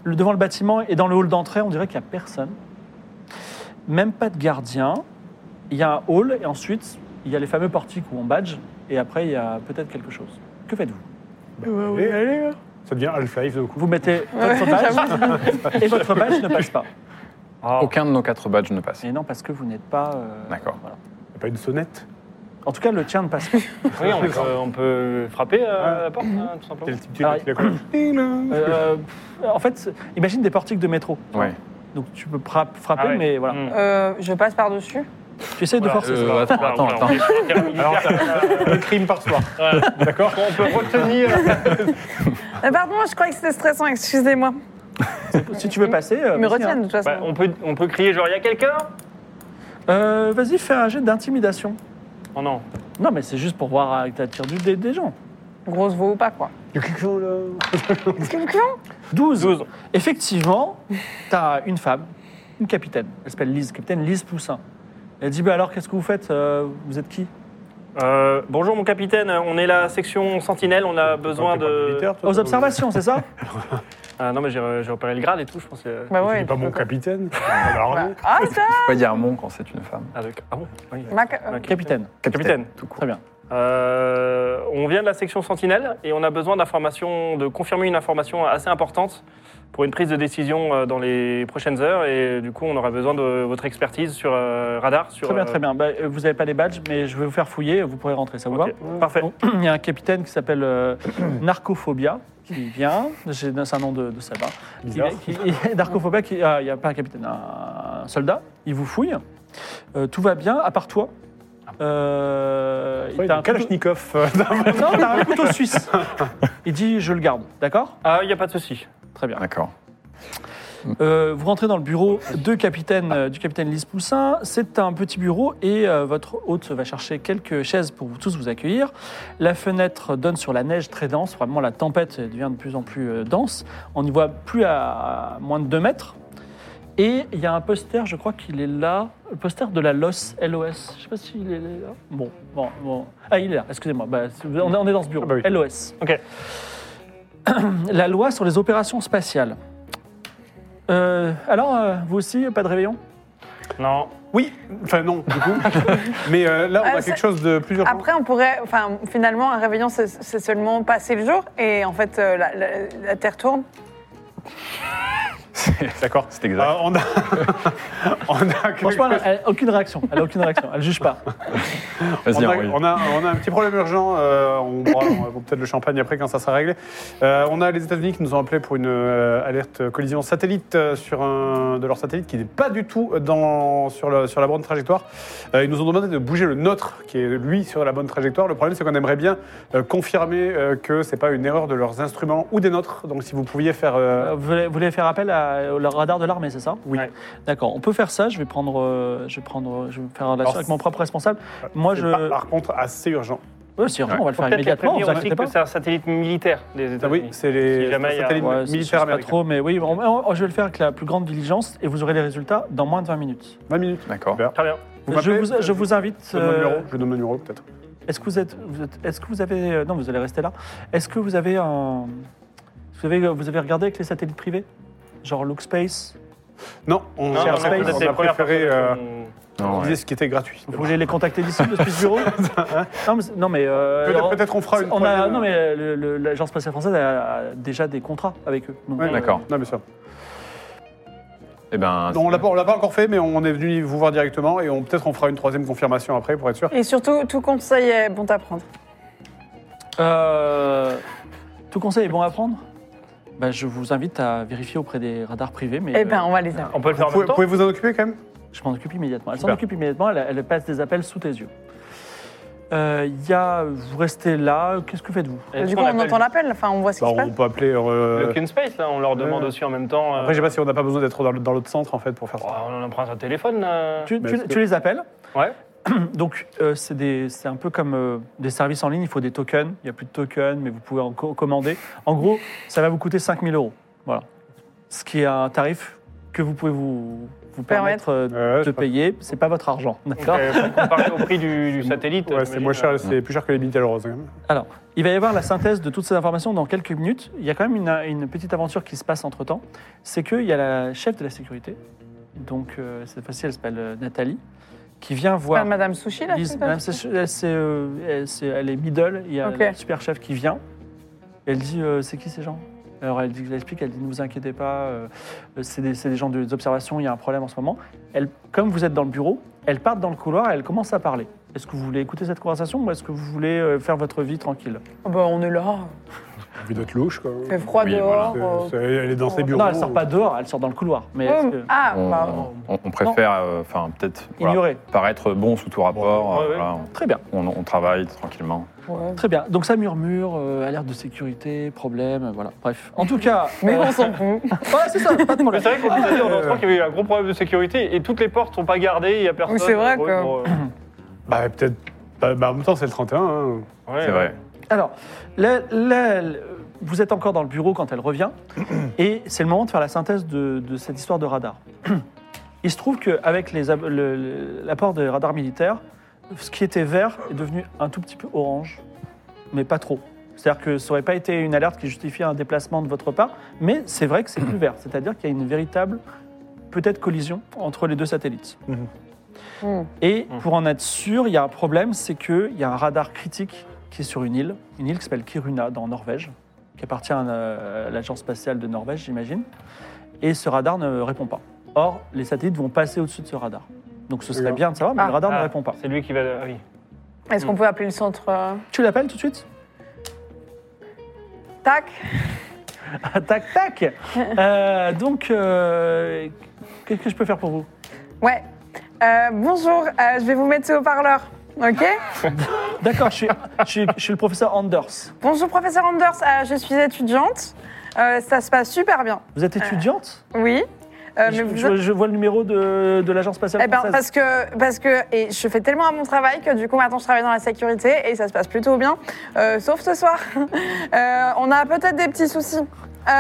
A: Le- devant le bâtiment et dans le hall d'entrée, on dirait qu'il n'y a personne. Même pas de gardien. Il y a un hall et ensuite il y a les fameux portiques où on badge et après il y a peut-être quelque chose. Que faites-vous
E: Allez,
B: hein.
E: allez. Ça devient Half-Life de coup.
A: Vous mettez votre badge et votre badge ne passe pas.
F: Aucun de nos quatre badges ne passe.
A: Et non parce que vous n'êtes pas. euh,
F: D'accord.
A: voilà.
E: Y a pas une sonnette
A: En tout cas, le tien ne passe pas.
C: Oui, on peut, euh, on peut frapper euh, à la porte, hein, tout
E: C'est le
C: simplement.
E: type qui
A: Ah,
E: qui la colle. Ding-dong.
A: Euh, pff, en fait, imagine des portiques de métro.
F: Ouais.
A: Donc tu peux pra- frapper,
C: Ah ouais.
A: mais voilà.
C: Mm.
B: Euh, je passe par-dessus.
A: Tu essaies de
C: Voilà,
A: forcer.
C: euh,
F: ça.
C: attends,
F: Voilà,
C: attends,
F: voilà,
C: attends.
F: on est
C: Alors,
E: Le crime par soir.
C: D'accord On peut retenir.
B: Euh, pardon, je croyais que c'était stressant, excusez-moi.
A: Si tu veux passer, euh,
B: Ils me
A: vas-y,
B: retiennent
A: hein.
B: de toute façon.
C: Bah, on, peut, on peut crier genre, il y a quelqu'un
A: Euh, Vas-y, fais un jet d'intimidation.
C: Oh non.
A: Non, mais c'est juste pour voir avec ta tire du dé des gens.
B: Grosse voix ou pas, quoi. hein. Est-ce que vous pouvez
A: 12. Effectivement, t'as une femme, une capitaine. Elle s'appelle Lise, capitaine Lise Poussin. Elle dit, bah alors, qu'est-ce que vous faites Euh, Vous êtes qui
C: Euh, bonjour mon capitaine, on est la section sentinelle, on a besoin
E: T'es pas
C: de...
E: militaire, toi,
A: Aux
E: toi,
A: observations, c'est ça
C: Ah non mais j'ai j'ai repéré le grade et tout, je pense que...
B: Bah
E: Tu
B: ouais.
E: n'es pas mon capitaine. T'es pas dans l'armée.
A: Bah,
B: Ah, ça
F: Faut pas dire mon quand c'est une femme.
C: Ah, de- ah bon Oui.
B: Ma ca-
C: Ma
A: Capitaine.
C: Capitaine.
F: Tout court.
A: Très bien.
C: Euh, on vient de la section sentinelle et on a besoin d'informations, de confirmer une information assez importante pour une prise de décision euh, dans les prochaines heures et du coup on aura besoin de votre expertise sur euh, radar. Sur,
A: Très bien,
C: euh,
A: très bien. Bah, euh, vous n'avez pas les badges, mais je vais vous faire fouiller. Vous pourrez rentrer, ça vous
C: Ok,
A: va Oh.
C: parfait.
A: Bon, Il y a un capitaine qui s'appelle euh, Narcophobia qui vient. J'ai- C'est un nom de, de soldat. Qui-
E: Bizarre.
A: qui- Narcophobia, qui- ah, il n'y a pas un capitaine, un soldat. Il vous fouille. Euh, tout va bien, à part toi. Euh,
E: Ouais,
A: t'as un
E: donc Kalachnikov. euh,
A: couteau- Non, t'as un couteau suisse. Il dit Je le garde, d'accord
C: Ah il n'y a pas de souci.
A: Très bien.
F: D'accord.
A: Euh, vous rentrez dans le bureau de capitaine, euh, du capitaine Lise Poussin. C'est un petit bureau et euh, votre hôte va chercher quelques chaises pour vous tous vous accueillir. La fenêtre donne sur la neige très dense. Vraiment, la tempête devient de plus en plus euh, dense. On n'y voit plus à moins de 2 mètres. Et il y a un poster, je crois qu'il est là, le poster de la LOS, LOS. Je sais pas s'il est là. Bon, bon, bon. Ah, il est là, excusez-moi. Bah, on est- on est dans ce bureau.
E: Ah bah oui.
A: LOS.
C: Ok.
A: la loi sur les opérations spatiales. Euh, alors, euh, vous aussi, pas de réveillon
C: Non.
E: Oui, enfin non, du coup. Mais euh, là, on
B: Euh,
E: a
B: ça-
E: quelque chose de plus urgent.
B: Après, on pourrait. Enfin, finalement, un réveillon, c'est c'est seulement passer le jour et en fait, euh, la, la- la Terre tourne.
E: D'accord.
F: C'est exact.
E: Euh, on a. on a quelque-
A: Franchement, elle a- elle a aucune réaction. Elle a aucune réaction. Elle juge pas.
F: Vas-y,
E: on a,
F: Henri.
E: on a- on a un petit problème urgent. euh, on boira, on boira peut-être le champagne après quand ça sera réglé. Euh, on a les États-Unis qui nous ont appelés pour une euh, alerte collision satellite euh, sur un de leur satellite qui n'est pas du tout dans, sur, le- sur la bonne trajectoire. Euh, ils nous ont demandé de bouger le nôtre qui est lui sur la bonne trajectoire. Le problème c'est qu'on aimerait bien euh, confirmer euh, que c'est pas une erreur de leurs instruments ou des nôtres. Donc si vous pouviez faire euh,
A: Euh, Vous voulez, vous voulez faire appel à, au radar de l'armée, c'est ça
E: Oui.
A: Ouais. D'accord, on peut faire ça. Je vais prendre, euh, je vais prendre, je vais me faire relation
E: Alors,
A: avec mon propre responsable. Moi,
E: c'est
A: je.
E: pas- par contre assez urgent.
A: Ouais, c'est urgent,
F: Ouais.
A: on va le
C: Faut
A: faire
C: peut-être les
A: immédiatement.
C: prévenir
A: Vous
C: aussi
A: inquiétez
C: que
A: pas.
C: c'est un satellite militaire des
E: Ah oui,
C: États-unis.
E: c'est les
C: Si jamais il
E: c'est les
C: y a-
E: satellites
A: Ouais, c'est- je sais
E: militaires
A: pas
E: américains.
A: trop, mais oui, on- on- je vais le faire avec la plus grande diligence et vous aurez les résultats dans moins de 20 minutes.
E: 20 minutes.
F: D'accord.
E: Super.
C: Très bien.
E: Vous
A: je,
E: m'appelez
A: vous, je vous invite.
E: Je donne mon
A: euh,
E: numéro, je donne mon numéro peut-être.
A: Est-ce que vous êtes, vous êtes- est-ce que vous avez, euh, non, vous allez rester là. Est-ce que vous avez un, vous avez, euh, vous avez regardé avec les satellites privés, genre Look Space.
E: Non, on,
C: Non,
E: on a-
C: non,
A: Space,
C: non, vous êtes
E: on
C: les
E: a
C: premières
E: préféré euh,
C: personnes qu'on-
F: Non, ouais.
E: utiliser ce qui était gratuit.
A: Vous voulez les contacter d'ici depuis ce bureau Non, mais, non, mais, euh,
E: hein. Peut-être
A: alors-
E: peut-être on fera une
A: On a,
E: troisième-
A: non, mais le- le- l'agence spatiale française a a déjà des contrats avec eux. Donc,
E: Ouais,
A: euh,
F: D'accord.
E: Non, mais ça.
F: Eh ben,
E: Non, on l'a pas, on l'a pas encore fait, mais on est venu vous voir directement et on peut-être on fera une troisième confirmation après pour être sûr.
B: Et surtout, tout conseil est bon à prendre.
A: euh, tout conseil est bon à prendre Bah, Je vous invite à vérifier auprès des radars privés, mais
B: Eh
A: euh,
B: ben, on va les avoir.
C: On peut le faire
E: Vous
C: en même
E: pouvez,
C: temps
E: pouvez vous en occuper quand même
A: je m'en occupe immédiatement. Elle s'en
E: Super.
A: occupe immédiatement, elle, elle passe des appels sous tes yeux. Euh, Il y a, vous restez là, qu'est-ce que faites-vous
C: Est-ce
B: Du coup,
C: qu'on
B: on
C: appelle
B: entend l'appel, enfin, on voit ce qui
E: Bah,
B: se passe.
E: On peut appeler. euh,
C: Le Kin Space, là, on leur demande
E: Ouais.
C: aussi en même temps. euh,
E: Après, je sais pas si on n'a pas besoin d'être dans le- dans l'autre centre en fait pour faire
C: oh,
E: ça.
C: on en prend un téléphone. là.
A: tu,
E: Bah,
A: tu-
E: c'est-
A: tu les appelles
C: Ouais.
A: Donc, euh, c'est des- c'est un peu comme euh, des services en ligne, il faut des tokens. Il n'y a plus de tokens, mais vous pouvez en co- commander. En gros, ça va vous coûter 5000 euros. Voilà. Ce qui est un tarif que vous pouvez vous, vous
B: Permettre.
A: permettre euh,
E: Ouais,
A: de
E: je crois-
A: payer. C'est pas votre argent, d'accord
C: Donc, euh, pour comparer au prix du, du satellite.
E: Ouais, c'est
C: j'imagine,
E: moins
C: euh,
E: cher, c'est plus cher que les Bintel Rose. quand même.
A: Alors, il va y avoir la synthèse de toutes ces informations dans quelques minutes. Il y a quand même une, une petite aventure qui se passe entre-temps. C'est qu'il y a la chef de la sécurité, donc euh, cette fois-ci, elle s'appelle euh, Nathalie, qui vient
B: Enfin,
A: voir...
B: Madame Sushi, là,
A: Lise,
B: c'est
A: madame, c'est- elle, c'est, euh, elle, c'est- elle est middle, il y a
B: Ok.
A: le super chef qui vient. Elle dit euh, C'est qui ces gens Alors elle, dit, elle explique, elle dit Ne vous inquiétez pas, euh, c'est des, c'est des gens de- des observations, il y a un problème en ce moment. Elle, comme vous êtes dans le bureau, elle part dans le couloir et elle commence à parler. Est-ce que vous voulez écouter cette conversation ou est-ce que vous voulez euh, faire votre vie tranquille
B: Oh, bah, on est là.
E: J'ai envie d'être louche quoi.
B: Fait froid
F: Oui,
B: dehors.
E: C'est- c'est-
B: euh,
E: Elle est dans ses
B: Non,
E: bureaux.
A: Non, elle sort
C: euh.
A: pas dehors, elle sort dans le couloir. Mais est-ce
B: hum,
A: que-
B: Ah,
F: on,
B: bah,
F: on- on préfère, euh, enfin peut-être, voilà,
A: ignorer.
F: paraître bon sous tout rapport.
C: Ouais,
F: euh,
C: ouais.
F: voilà,
A: Très bien.
F: on, on travaille tranquillement.
B: ouais.
A: Très bien, donc ça murmure, euh, alerte de sécurité, problème, euh, voilà, bref. En tout cas,
B: Mais
A: euh,
B: on s'en fout.
A: ouais, c'est ça, pas de
C: Mais
A: problème.
C: c'est vrai qu'on disait en entrant qu'il y avait eu un gros problème de sécurité et toutes les portes sont pas gardées, il y a personne.
B: Oui, c'est vrai,
C: Bon,
B: quoi.
C: bon, euh,
E: Bah peut-être. Bah, bah, en même temps, c'est le 31. hein.
C: ouais.
F: C'est vrai.
A: Alors, là, là, elle- vous êtes encore dans le bureau quand elle revient, et c'est le moment de faire la synthèse de, de cette histoire de radar. Il se trouve qu'avec l'apport des radars militaires, ce qui était vert est devenu un tout petit peu orange, mais pas trop. C'est-à-dire que ça n'aurait pas été une alerte qui justifiait un déplacement de votre part, mais c'est vrai que c'est plus vert. C'est-à-dire qu'il y a une véritable, peut-être, collision entre les deux satellites.
B: Hum.
A: Et pour en être sûr, il y a un problème, c'est qu'il y a un radar critique qui est sur une île, une île qui s'appelle Kiruna, dans Norvège, qui appartient à euh, à l'agence spatiale de Norvège, j'imagine. Et ce radar ne répond pas. Or, les satellites vont passer au-dessus de ce radar. Donc ce serait
E: D'accord.
A: bien de savoir, mais le
B: Ah.
A: radar ne
C: Ah,
A: répond pas.
C: C'est lui qui va. ah oui.
B: Est-ce qu'on peut appeler le centre euh,
A: Tu l'appelles tout de suite
B: Tac
A: Ah, Tac, tac Euh, Donc, euh, qu'est-ce que je peux faire pour vous
B: Ouais. Euh, bonjour, euh, je vais vous mettre au parleur. Ok
A: D'accord, je suis, je suis- je suis le professeur Anders.
B: Bonjour, professeur Anders. euh, je suis étudiante. Euh, ça se passe super bien.
A: Vous êtes étudiante
B: Oui. Euh, mais
A: je,
B: vous-
A: je- je vois le numéro de, de l'agence spatiale
B: Eh ben,
A: française.
B: parce que, parce que et je fais tellement à mon travail que du coup maintenant je travaille dans la sécurité et ça se passe plutôt bien, Euh, sauf ce soir. Euh, on a peut-être des petits soucis. Euh,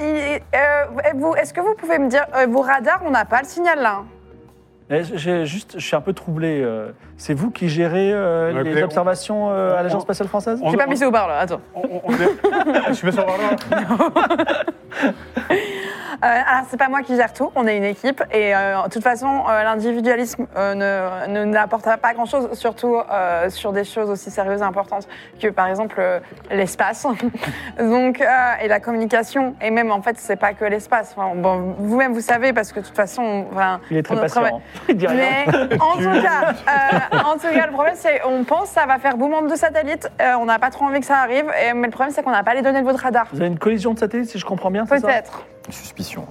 B: il- euh, vous- Est-ce que vous pouvez me dire, euh, vos radars, on n'a pas le signal là hein.
A: Mais Eh, j'ai juste, je suis un peu troublé. euh, C'est vous qui gérez euh,
E: Ouais,
A: les
E: mais on-
A: observations euh, à l'agence
E: on-
A: spatiale française
E: On-
B: J'ai pas
E: on-
B: mis ça au parleur, attends.
E: On- on- on est- Je suis pas sur le radar.
B: Euh, alors, c'est pas moi qui gère tout, on est une équipe. Et euh, de toute façon, euh, l'individualisme euh, ne ne- n'apporte pas grand-chose, surtout euh, sur des choses aussi sérieuses et importantes que, par exemple, euh, l'espace. Donc, euh, et la communication. Et même, en fait, c'est pas que l'espace. Enfin, bon, vous-même, vous savez, parce que de toute façon, enfin,
A: Il est très
B: on
A: patient.
B: travaille-
A: hein. Il dit rien.
B: mais en tout, cas, euh, en tout cas, le problème, c'est on pense que ça va faire boum de satellites. euh, on n'a pas trop envie que ça arrive. et- mais le problème, c'est qu'on n'a pas les données de votre radar.
A: Vous avez une collision de satellites, si je comprends bien, c'est ça
B: Peut-être.
F: Une suspicion.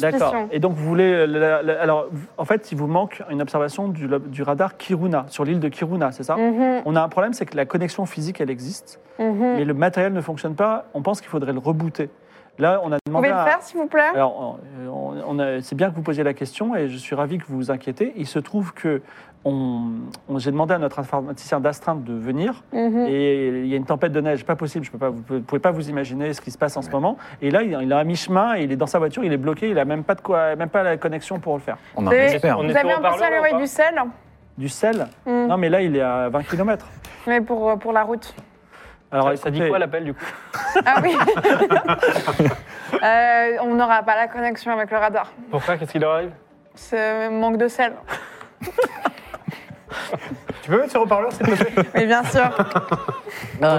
A: D'accord.
B: Suspicion.
A: Et donc, vous voulez. euh, la- la- la- alors, en fait, il vous manque une observation du, lo- du radar Kiruna, sur l'île de Kiruna, c'est ça
B: Mhm,
A: On a un problème, c'est que la connexion physique, elle existe,
B: mhm.
A: mais le matériel ne fonctionne pas. On pense qu'il faudrait le rebooter. Là, on a
B: Vous
A: demandé
B: pouvez le
A: à-
B: faire, s'il vous plaît
A: Alors, on- euh, on a- c'est bien que vous posiez la question et je suis ravi que vous vous inquiétez. Il se trouve que on, on- j'ai demandé à notre informaticien d'astreinte de venir
C: euh,
B: Mhm.
A: et il y a une tempête de neige, pas possible, je peux pas, vous pouvez- vous pouvez pas vous imaginer ce qui se passe en ce moment. Et là, il, il est à mi-chemin, il est dans sa voiture, il est bloqué, il a même pas de quoi, même pas la connexion pour le faire.
F: On a un
B: C'est-
F: expert.
C: on est
B: Vous avez
C: sur
B: un peu
C: haut-parleur,
B: ça,
C: là, ou
B: l'oreille
C: pas
B: du sel
A: Du sel
B: Mm.
A: Non, mais là, il est à 20 km.
B: Mais pour, euh, pour la route.
A: Alors,
C: ça, ça dit
A: écoutez,
C: quoi l'appel du coup
B: Ah oui Euh, On n'aura pas la connexion avec le radar.
C: Pourquoi Qu'est-ce qui leur arrive
B: C'est manque de sel.
E: Tu peux mettre ce haut-parleur, s'il te plaît
B: Mais bien sûr.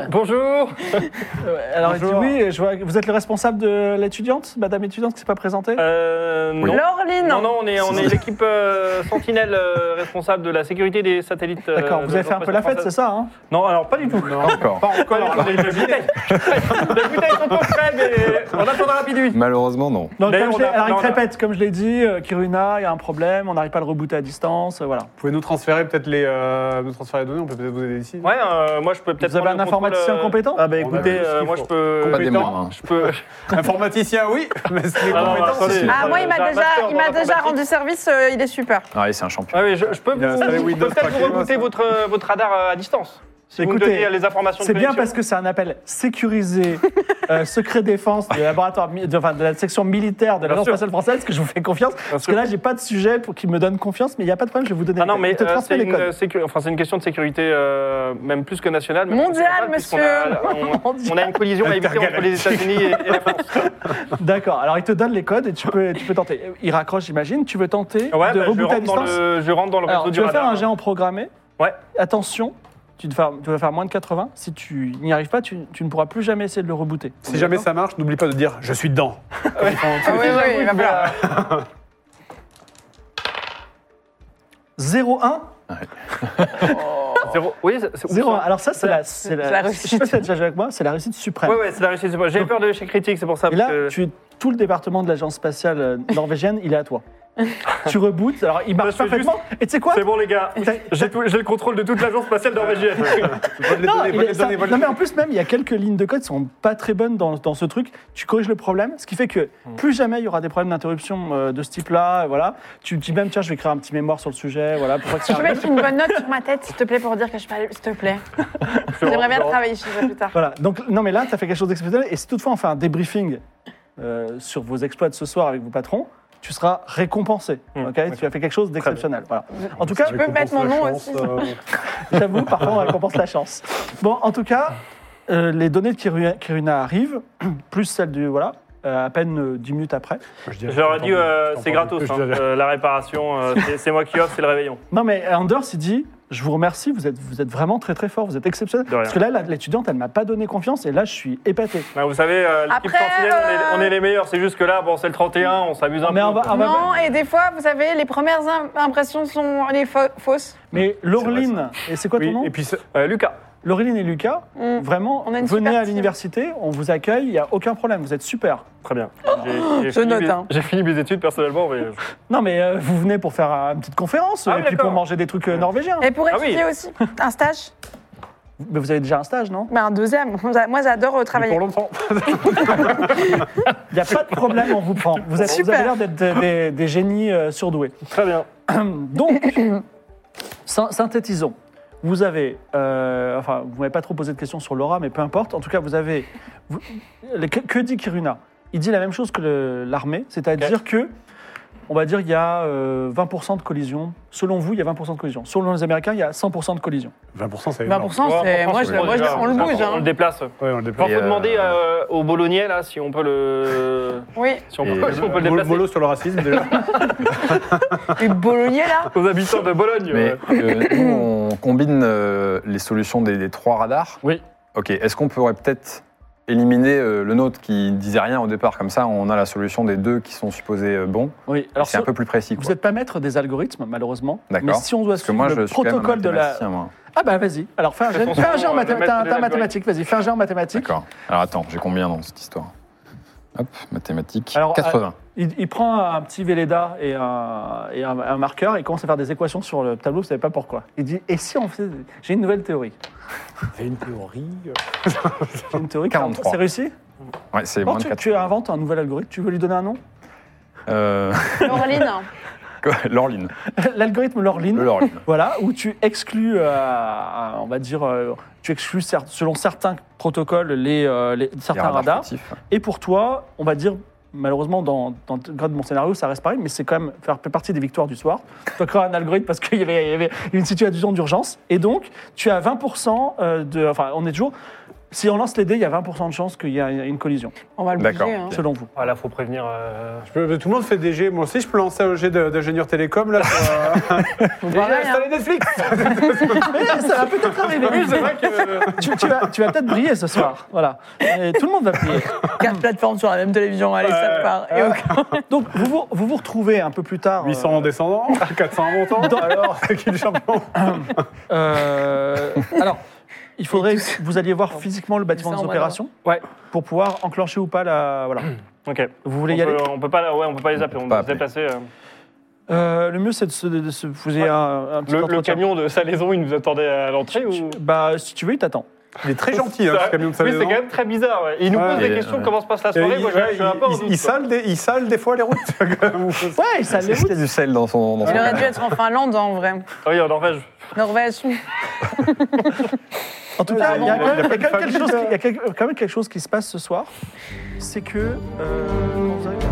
C: Bonjour
A: euh, Alors, il dit
E: Bonjour.
A: oui, je vois, vous êtes le responsable de l'étudiante, madame étudiante qui s'est pas présentée
C: Euh, non.
B: Laureline
C: Non, non, on est, on est l'équipe euh, Sentinelle euh, responsable de la sécurité des satellites. euh,
A: D'accord,
C: de
A: vous avez fait un peu la fête, c'est
C: l'entreprise
A: ça hein
C: française. Non, alors pas du tout.
E: Non,
F: Encore.
E: pas
C: Les
E: encore.
C: bouteilles les bouteilles sont pas prêtes, mais on attendra midi.
F: Malheureusement, non.
A: Donc,
C: D'ailleurs,
A: comme je
C: on
A: l'ai-
C: a-
A: alors,
C: on
A: il
C: a-
A: te répète, comme je l'ai dit, euh, Kiruna, il y a un problème, on n'arrive pas à le rebooter à distance, euh, voilà.
E: Vous pouvez nous transférer peut-être les, euh, nous transférer les données, on peut peut-être vous aider ici.
C: Ouais, euh, moi je peux peut-être.
A: Vous avez
C: prendre
A: un
C: le contrôle,
A: informaticien
C: euh,
A: compétent
E: Ah bah
C: Écoutez, euh, moi je peux.
F: Pas des
E: Compétent.
F: moindres. hein.
C: Je peux.
E: Informaticien, oui, mais c'est les
C: Ah, non,
E: compétences.
C: attendez.
E: aussi.
B: Ah, moi, il m'a
C: J'ai un master
B: déjà, il
C: dans
B: m'a déjà
C: l'informatique.
B: rendu service, euh, il est super.
F: Ah oui, c'est un champion.
C: Ah oui, je, je peux vous,
E: Il a installé
C: je
E: Windows
C: peux peut-être vous
E: Cracker,
C: rebooter
E: ça.
C: votre, euh, votre radar euh, à distance. Si vous me
A: Écoutez,
C: donnez euh, les informations de
A: C'est bien
C: connexion.
A: parce que c'est un appel sécurisé, euh, secret défense du laboratoire, mi- de, enfin, de la section militaire de l'Agence
C: sûr.
A: spatiale française que je vous fais confiance. Parce
C: sûr.
A: que là, j'ai pas de sujet pour qu'il me donne confiance, mais il n'y a pas de problème, je vais vous donner.
C: Ah non,
A: les codes.
C: mais
A: Je te
C: euh,
A: transmets
C: c'est
A: les
C: une,
A: codes.
C: euh, sécu- enfin, c'est une question de sécurité, euh, même plus que nationale. mais
B: Mondiale,
C: continentale, puisqu'on a- on- On, a une collision à éviter entre les États-Unis et, et la France. euh,
A: D'accord. Alors, il te donne les codes et tu peux, tu peux tenter. Il raccroche, j'imagine. Tu veux tenter
C: Ouais,
A: de
C: bah, je,
A: rebooter à
C: rentre dans
A: distance
C: le, je rentre dans le réseau
A: Alors,
C: du
A: tu vas
C: radar.
A: faire un géant programmé.
C: Ouais.
A: Attention, tu vas faire, tu vas faire moins de 80. Si tu n'y arrives pas, tu, tu ne pourras plus jamais essayer de le rebooter.
E: Si jamais ça marche, n'oublie pas de dire je suis dedans.
B: Ah, oui, oui, il va falloir-
A: 0-1
C: Zéro- Oui, c'est- c'est-
A: 0 Alors ça, c'est la, c'est
B: c'est la
A: la,
B: réussite.
A: je sais pas si t'as déjà joué avec moi, c'est la réussite suprême.
C: Ouais, ouais, c'est la réussite. c'est bon. J'ai peur de l'échec critique, c'est pour ça.
A: Et
C: parce
A: là,
C: que-
A: tu, tout le département de l'agence spatiale euh, norvégienne, il est à toi. tu rebootes, alors il marche
C: Parce que
A: parfaitement. Et tu sais quoi
C: C'est bon, les gars.
A: T'as-
C: J'ai tout- j'ai le contrôle de toute l'agence spatiale norvégienne.
E: Vole les
A: Non,
E: données,
A: il
E: vole
A: est-
E: les
A: ça-
E: données, vole
A: non,
E: les
A: mais en plus même, il y a quelques lignes de code qui sont pas très bonnes dans, dans ce truc. Tu corriges le problème, ce qui fait que plus jamais il y aura des problèmes d'interruption euh, de ce type-là. euh, Voilà. Tu te dis même tiens, je vais créer un petit mémoire sur le sujet. Voilà. Pour pas que ça
B: Tu peux
A: arrive.
B: mettre une bonne note sur ma tête, s'il te plaît, pour dire que je parle, s'il te plaît. J'aimerais bien travailler chez toi plus tard.
A: Voilà. Donc non, mais là, tu as fait quelque chose d'exceptionnel. Et si toutefois on fait un débriefing euh, sur vos exploits de ce soir avec vos patrons, tu seras récompensé.
C: Mm,
A: ok tu as fait quelque chose d'exceptionnel. Voilà. En tout cas,
B: peux mettre mon nom aussi.
A: J'avoue, parfois, on récompense la chance. Bon, en tout cas, euh, les données de Kiruna, Kiruna arrivent, plus celles du. Voilà, euh, à peine euh, 10 minutes après.
C: J'aurais dit, euh, c'est gratos. hein. Euh, la réparation, euh, c'est- c'est moi qui offre, c'est le réveillon.
A: Non, mais Anders, il dit Je vous remercie, vous êtes, vous êtes vraiment très, très fort, vous êtes exceptionnel.
C: De rien.
A: Parce que là, la- l'étudiante, elle m'a pas donné confiance et là, je suis épaté.
C: Ben, vous savez, euh, l'équipe
B: Après,
C: Sentinelle, on, est,
B: euh,
C: on est les meilleurs. C'est juste que là, bon, c'est le 31, on s'amuse
B: Ah,
C: un
A: Mais
C: peu.
A: on va- on va-
B: Non,
C: bah.
B: et des fois, vous savez, les premières im- impressions sont les fa- fausses.
A: Mais Laureline, et c'est quoi ton
E: Oui,
A: nom
E: et puis ça-
C: Euh, Lucas,
A: Laureline et Lucas,
B: Mm.
A: vraiment,
B: On a une
A: venez
B: super
A: à
B: team.
A: l'université, on vous accueille, il n'y a aucun problème, vous êtes super.
C: très bien. J'ai- J'ai
B: Oh, je
C: fini,
B: note,
C: mes-
B: hein.
C: j'ai fini mes études personnellement. Mais...
A: Non, mais euh, vous venez pour faire euh, une petite conférence
C: Ah oui,
A: et puis pour
C: d'accord.
A: manger des trucs euh, norvégiens.
B: Et pour
C: Ah oui.
B: étudier aussi, un stage,
A: Mais vous avez déjà un stage, non
B: ben, un deuxième. Moi, j'adore euh, travailler.
E: pour longtemps.
A: Il n'y a pas de problème, on vous prend. Vous, êtes- vous
B: Super.
A: avez l'air d'être des, des- des génies euh, surdoués.
C: Très bien.
A: Donc, syn- synthétisons. Vous avez, euh, enfin, vous m'avez pas trop posé de questions sur Laura, mais peu importe. En tout cas, vous avez. vous- le- que, que dit Kiruna Il dit la même chose que le- l'armée, c'est-à-dire que on va dire qu'il y a euh, 20% de collision. Selon vous, il y a 20% de collision. Selon les Américains, il y a 100% de collision.
E: 20%,
A: Bah,
E: c'est énorme.
B: 20%, Ben, c'est. Moi, je, moi, je- on le bouge.
C: On le
B: Hein.
C: déplace.
E: Ouais, on le
C: Il
E: déplace.
F: Et,
C: faut
F: euh,
C: demander euh, au Bolognais là si on peut le,
B: Oui.
C: si on
F: Et-
C: peut, si on peut le
B: euh,
E: Mol-
C: déplacer.
E: Mollo sur le racisme, déjà.
B: Et Bolognais, là
C: Aux habitants de Bologne.
F: Mais
C: euh,
F: euh, nous, on combine euh, les solutions des, des trois radars.
C: Oui.
F: Ok, est-ce qu'on pourrait peut-être éliminer euh, le nôtre qui disait rien au départ Comme ça, on a la solution des deux qui sont supposés euh, bons.
A: Oui,
F: Alors
A: alors
F: c'est un
A: ce-
F: peu plus précis.
A: vous
F: quoi.
A: n'êtes pas maître des algorithmes, malheureusement.
F: D'accord.
A: Mais si on doit
F: Parce que
A: suivre
F: moi, je
A: le
F: suis quand même un
A: protocole de la.
F: mathématicien, moi.
A: Ah bah vas-y, alors fais un jet,
C: Fais ton
A: fais un jet en
C: son,
A: mathéma-
C: euh,
A: t'as un-
C: maître
A: t'as un
C: de
A: mathématique, vas-y, fais un jet en mathématiques.
F: D'accord. Alors attends, j'ai combien dans cette histoire Hop, mathématiques.
A: Alors, euh,
F: 80.
A: Il, il prend un petit Véleda et, un, et un, un marqueur et commence à faire des équations sur le tableau, vous ne savez pas pourquoi. Il dit Et si on faisait. J'ai une nouvelle théorie.
L: C'est une théorie.
A: J'ai une théorie
F: 43.
A: C'est réussi
F: Ouais, c'est
A: Bon,
F: moins de
A: tu,
F: 4.
A: tu inventes un nouvel algorithme, tu veux lui donner un nom
F: Euh,
B: Laureline. hein.
F: L'Orline.
A: L'algorithme Lorline.
F: Le Lorline.
A: Voilà, où tu exclus, euh, on va dire, euh, tu exclus cer- selon certains protocoles les, euh, les-
F: Les
A: certains radars.
F: furtifs.
A: Et pour toi, on va dire, malheureusement, dans, dans le cadre de mon scénario, ça reste pareil, mais c'est quand même faire partie des victoires du soir. Tu as créé un algorithme parce qu'il y avait, il y avait une situation d'urgence. Et donc, tu as 20% euh, de. Enfin, on est toujours. Si on lance les dés, il y a 20% de chances qu'il y ait une collision,
B: On va le
F: D'accord.
B: bouger. Hein.
A: selon vous.
C: Voilà, Ah, faut prévenir. euh,
E: Je peux- Tout le monde fait des G. Moi aussi, je peux lancer un G de- d'ingénieur télécom, là. sur, euh, J'ai
B: pareil,
E: installé Netflix
A: Ah, Mais ça va peut-être arriver.
E: Oui, c'est vrai que...
A: tu, tu vas, tu vas peut-être briller ce soir. Voilà. Et tout le monde va briller.
B: Quatre plateformes sur la même télévision. Allez, ça
E: Ouais.
B: part. Et ok.
A: Euh, Donc, vous vous, vous vous retrouvez un peu plus tard. euh,
E: 800 en descendant, 400 en montant. Alors, c'est qui le champion
A: Euh, alors, il faudrait que vous alliez voir physiquement le bâtiment
B: Ça,
A: des
B: on va
A: opérations
C: Ouais.
A: pour pouvoir enclencher ou pas la. Voilà.
C: Ok.
A: Vous voulez
C: On
A: y aller
C: peut, on peut pas, ouais, on peut pas les appeler. On
F: pas
C: peut se déplacer. euh.
A: Euh, Le mieux, c'est de se, de se- vous ayez un, un petit
C: Le, le
A: entretien.
C: camion de Salaison, il nous attendait à l'entrée ou
A: Bah, si tu veux, il t'attend.
E: Il est très gentil, hein,
C: Ça-
E: ce camion de
C: Oui, c'est
E: Salaison.
C: quand même très bizarre. ouais. Il nous
E: Ouais.
C: pose des
F: Et,
C: questions.
F: ouais.
C: Comment se passe la
E: Et
C: soirée
E: il-
C: Moi, je, je suis un peu en
E: il- il-
C: doute,
E: il sale des- Il sale des fois les routes. quand même.
A: Ouais, il ça
F: Est-ce qu'il y a du sel dans son. Dans son-
B: Il aurait dû être en Finlande, hein, en vrai.
C: quoi. Ah Oui, en Norvège.
B: Norvège.
A: En tout cas, il y a
E: il a-
A: quand même-
E: il a
A: il y a
E: pas
A: quand
E: de
A: même quelque chose
E: famille,
A: qui- il y a quelque- quand même quelque chose qui se passe ce soir. C'est que. euh, quand vous arrivez-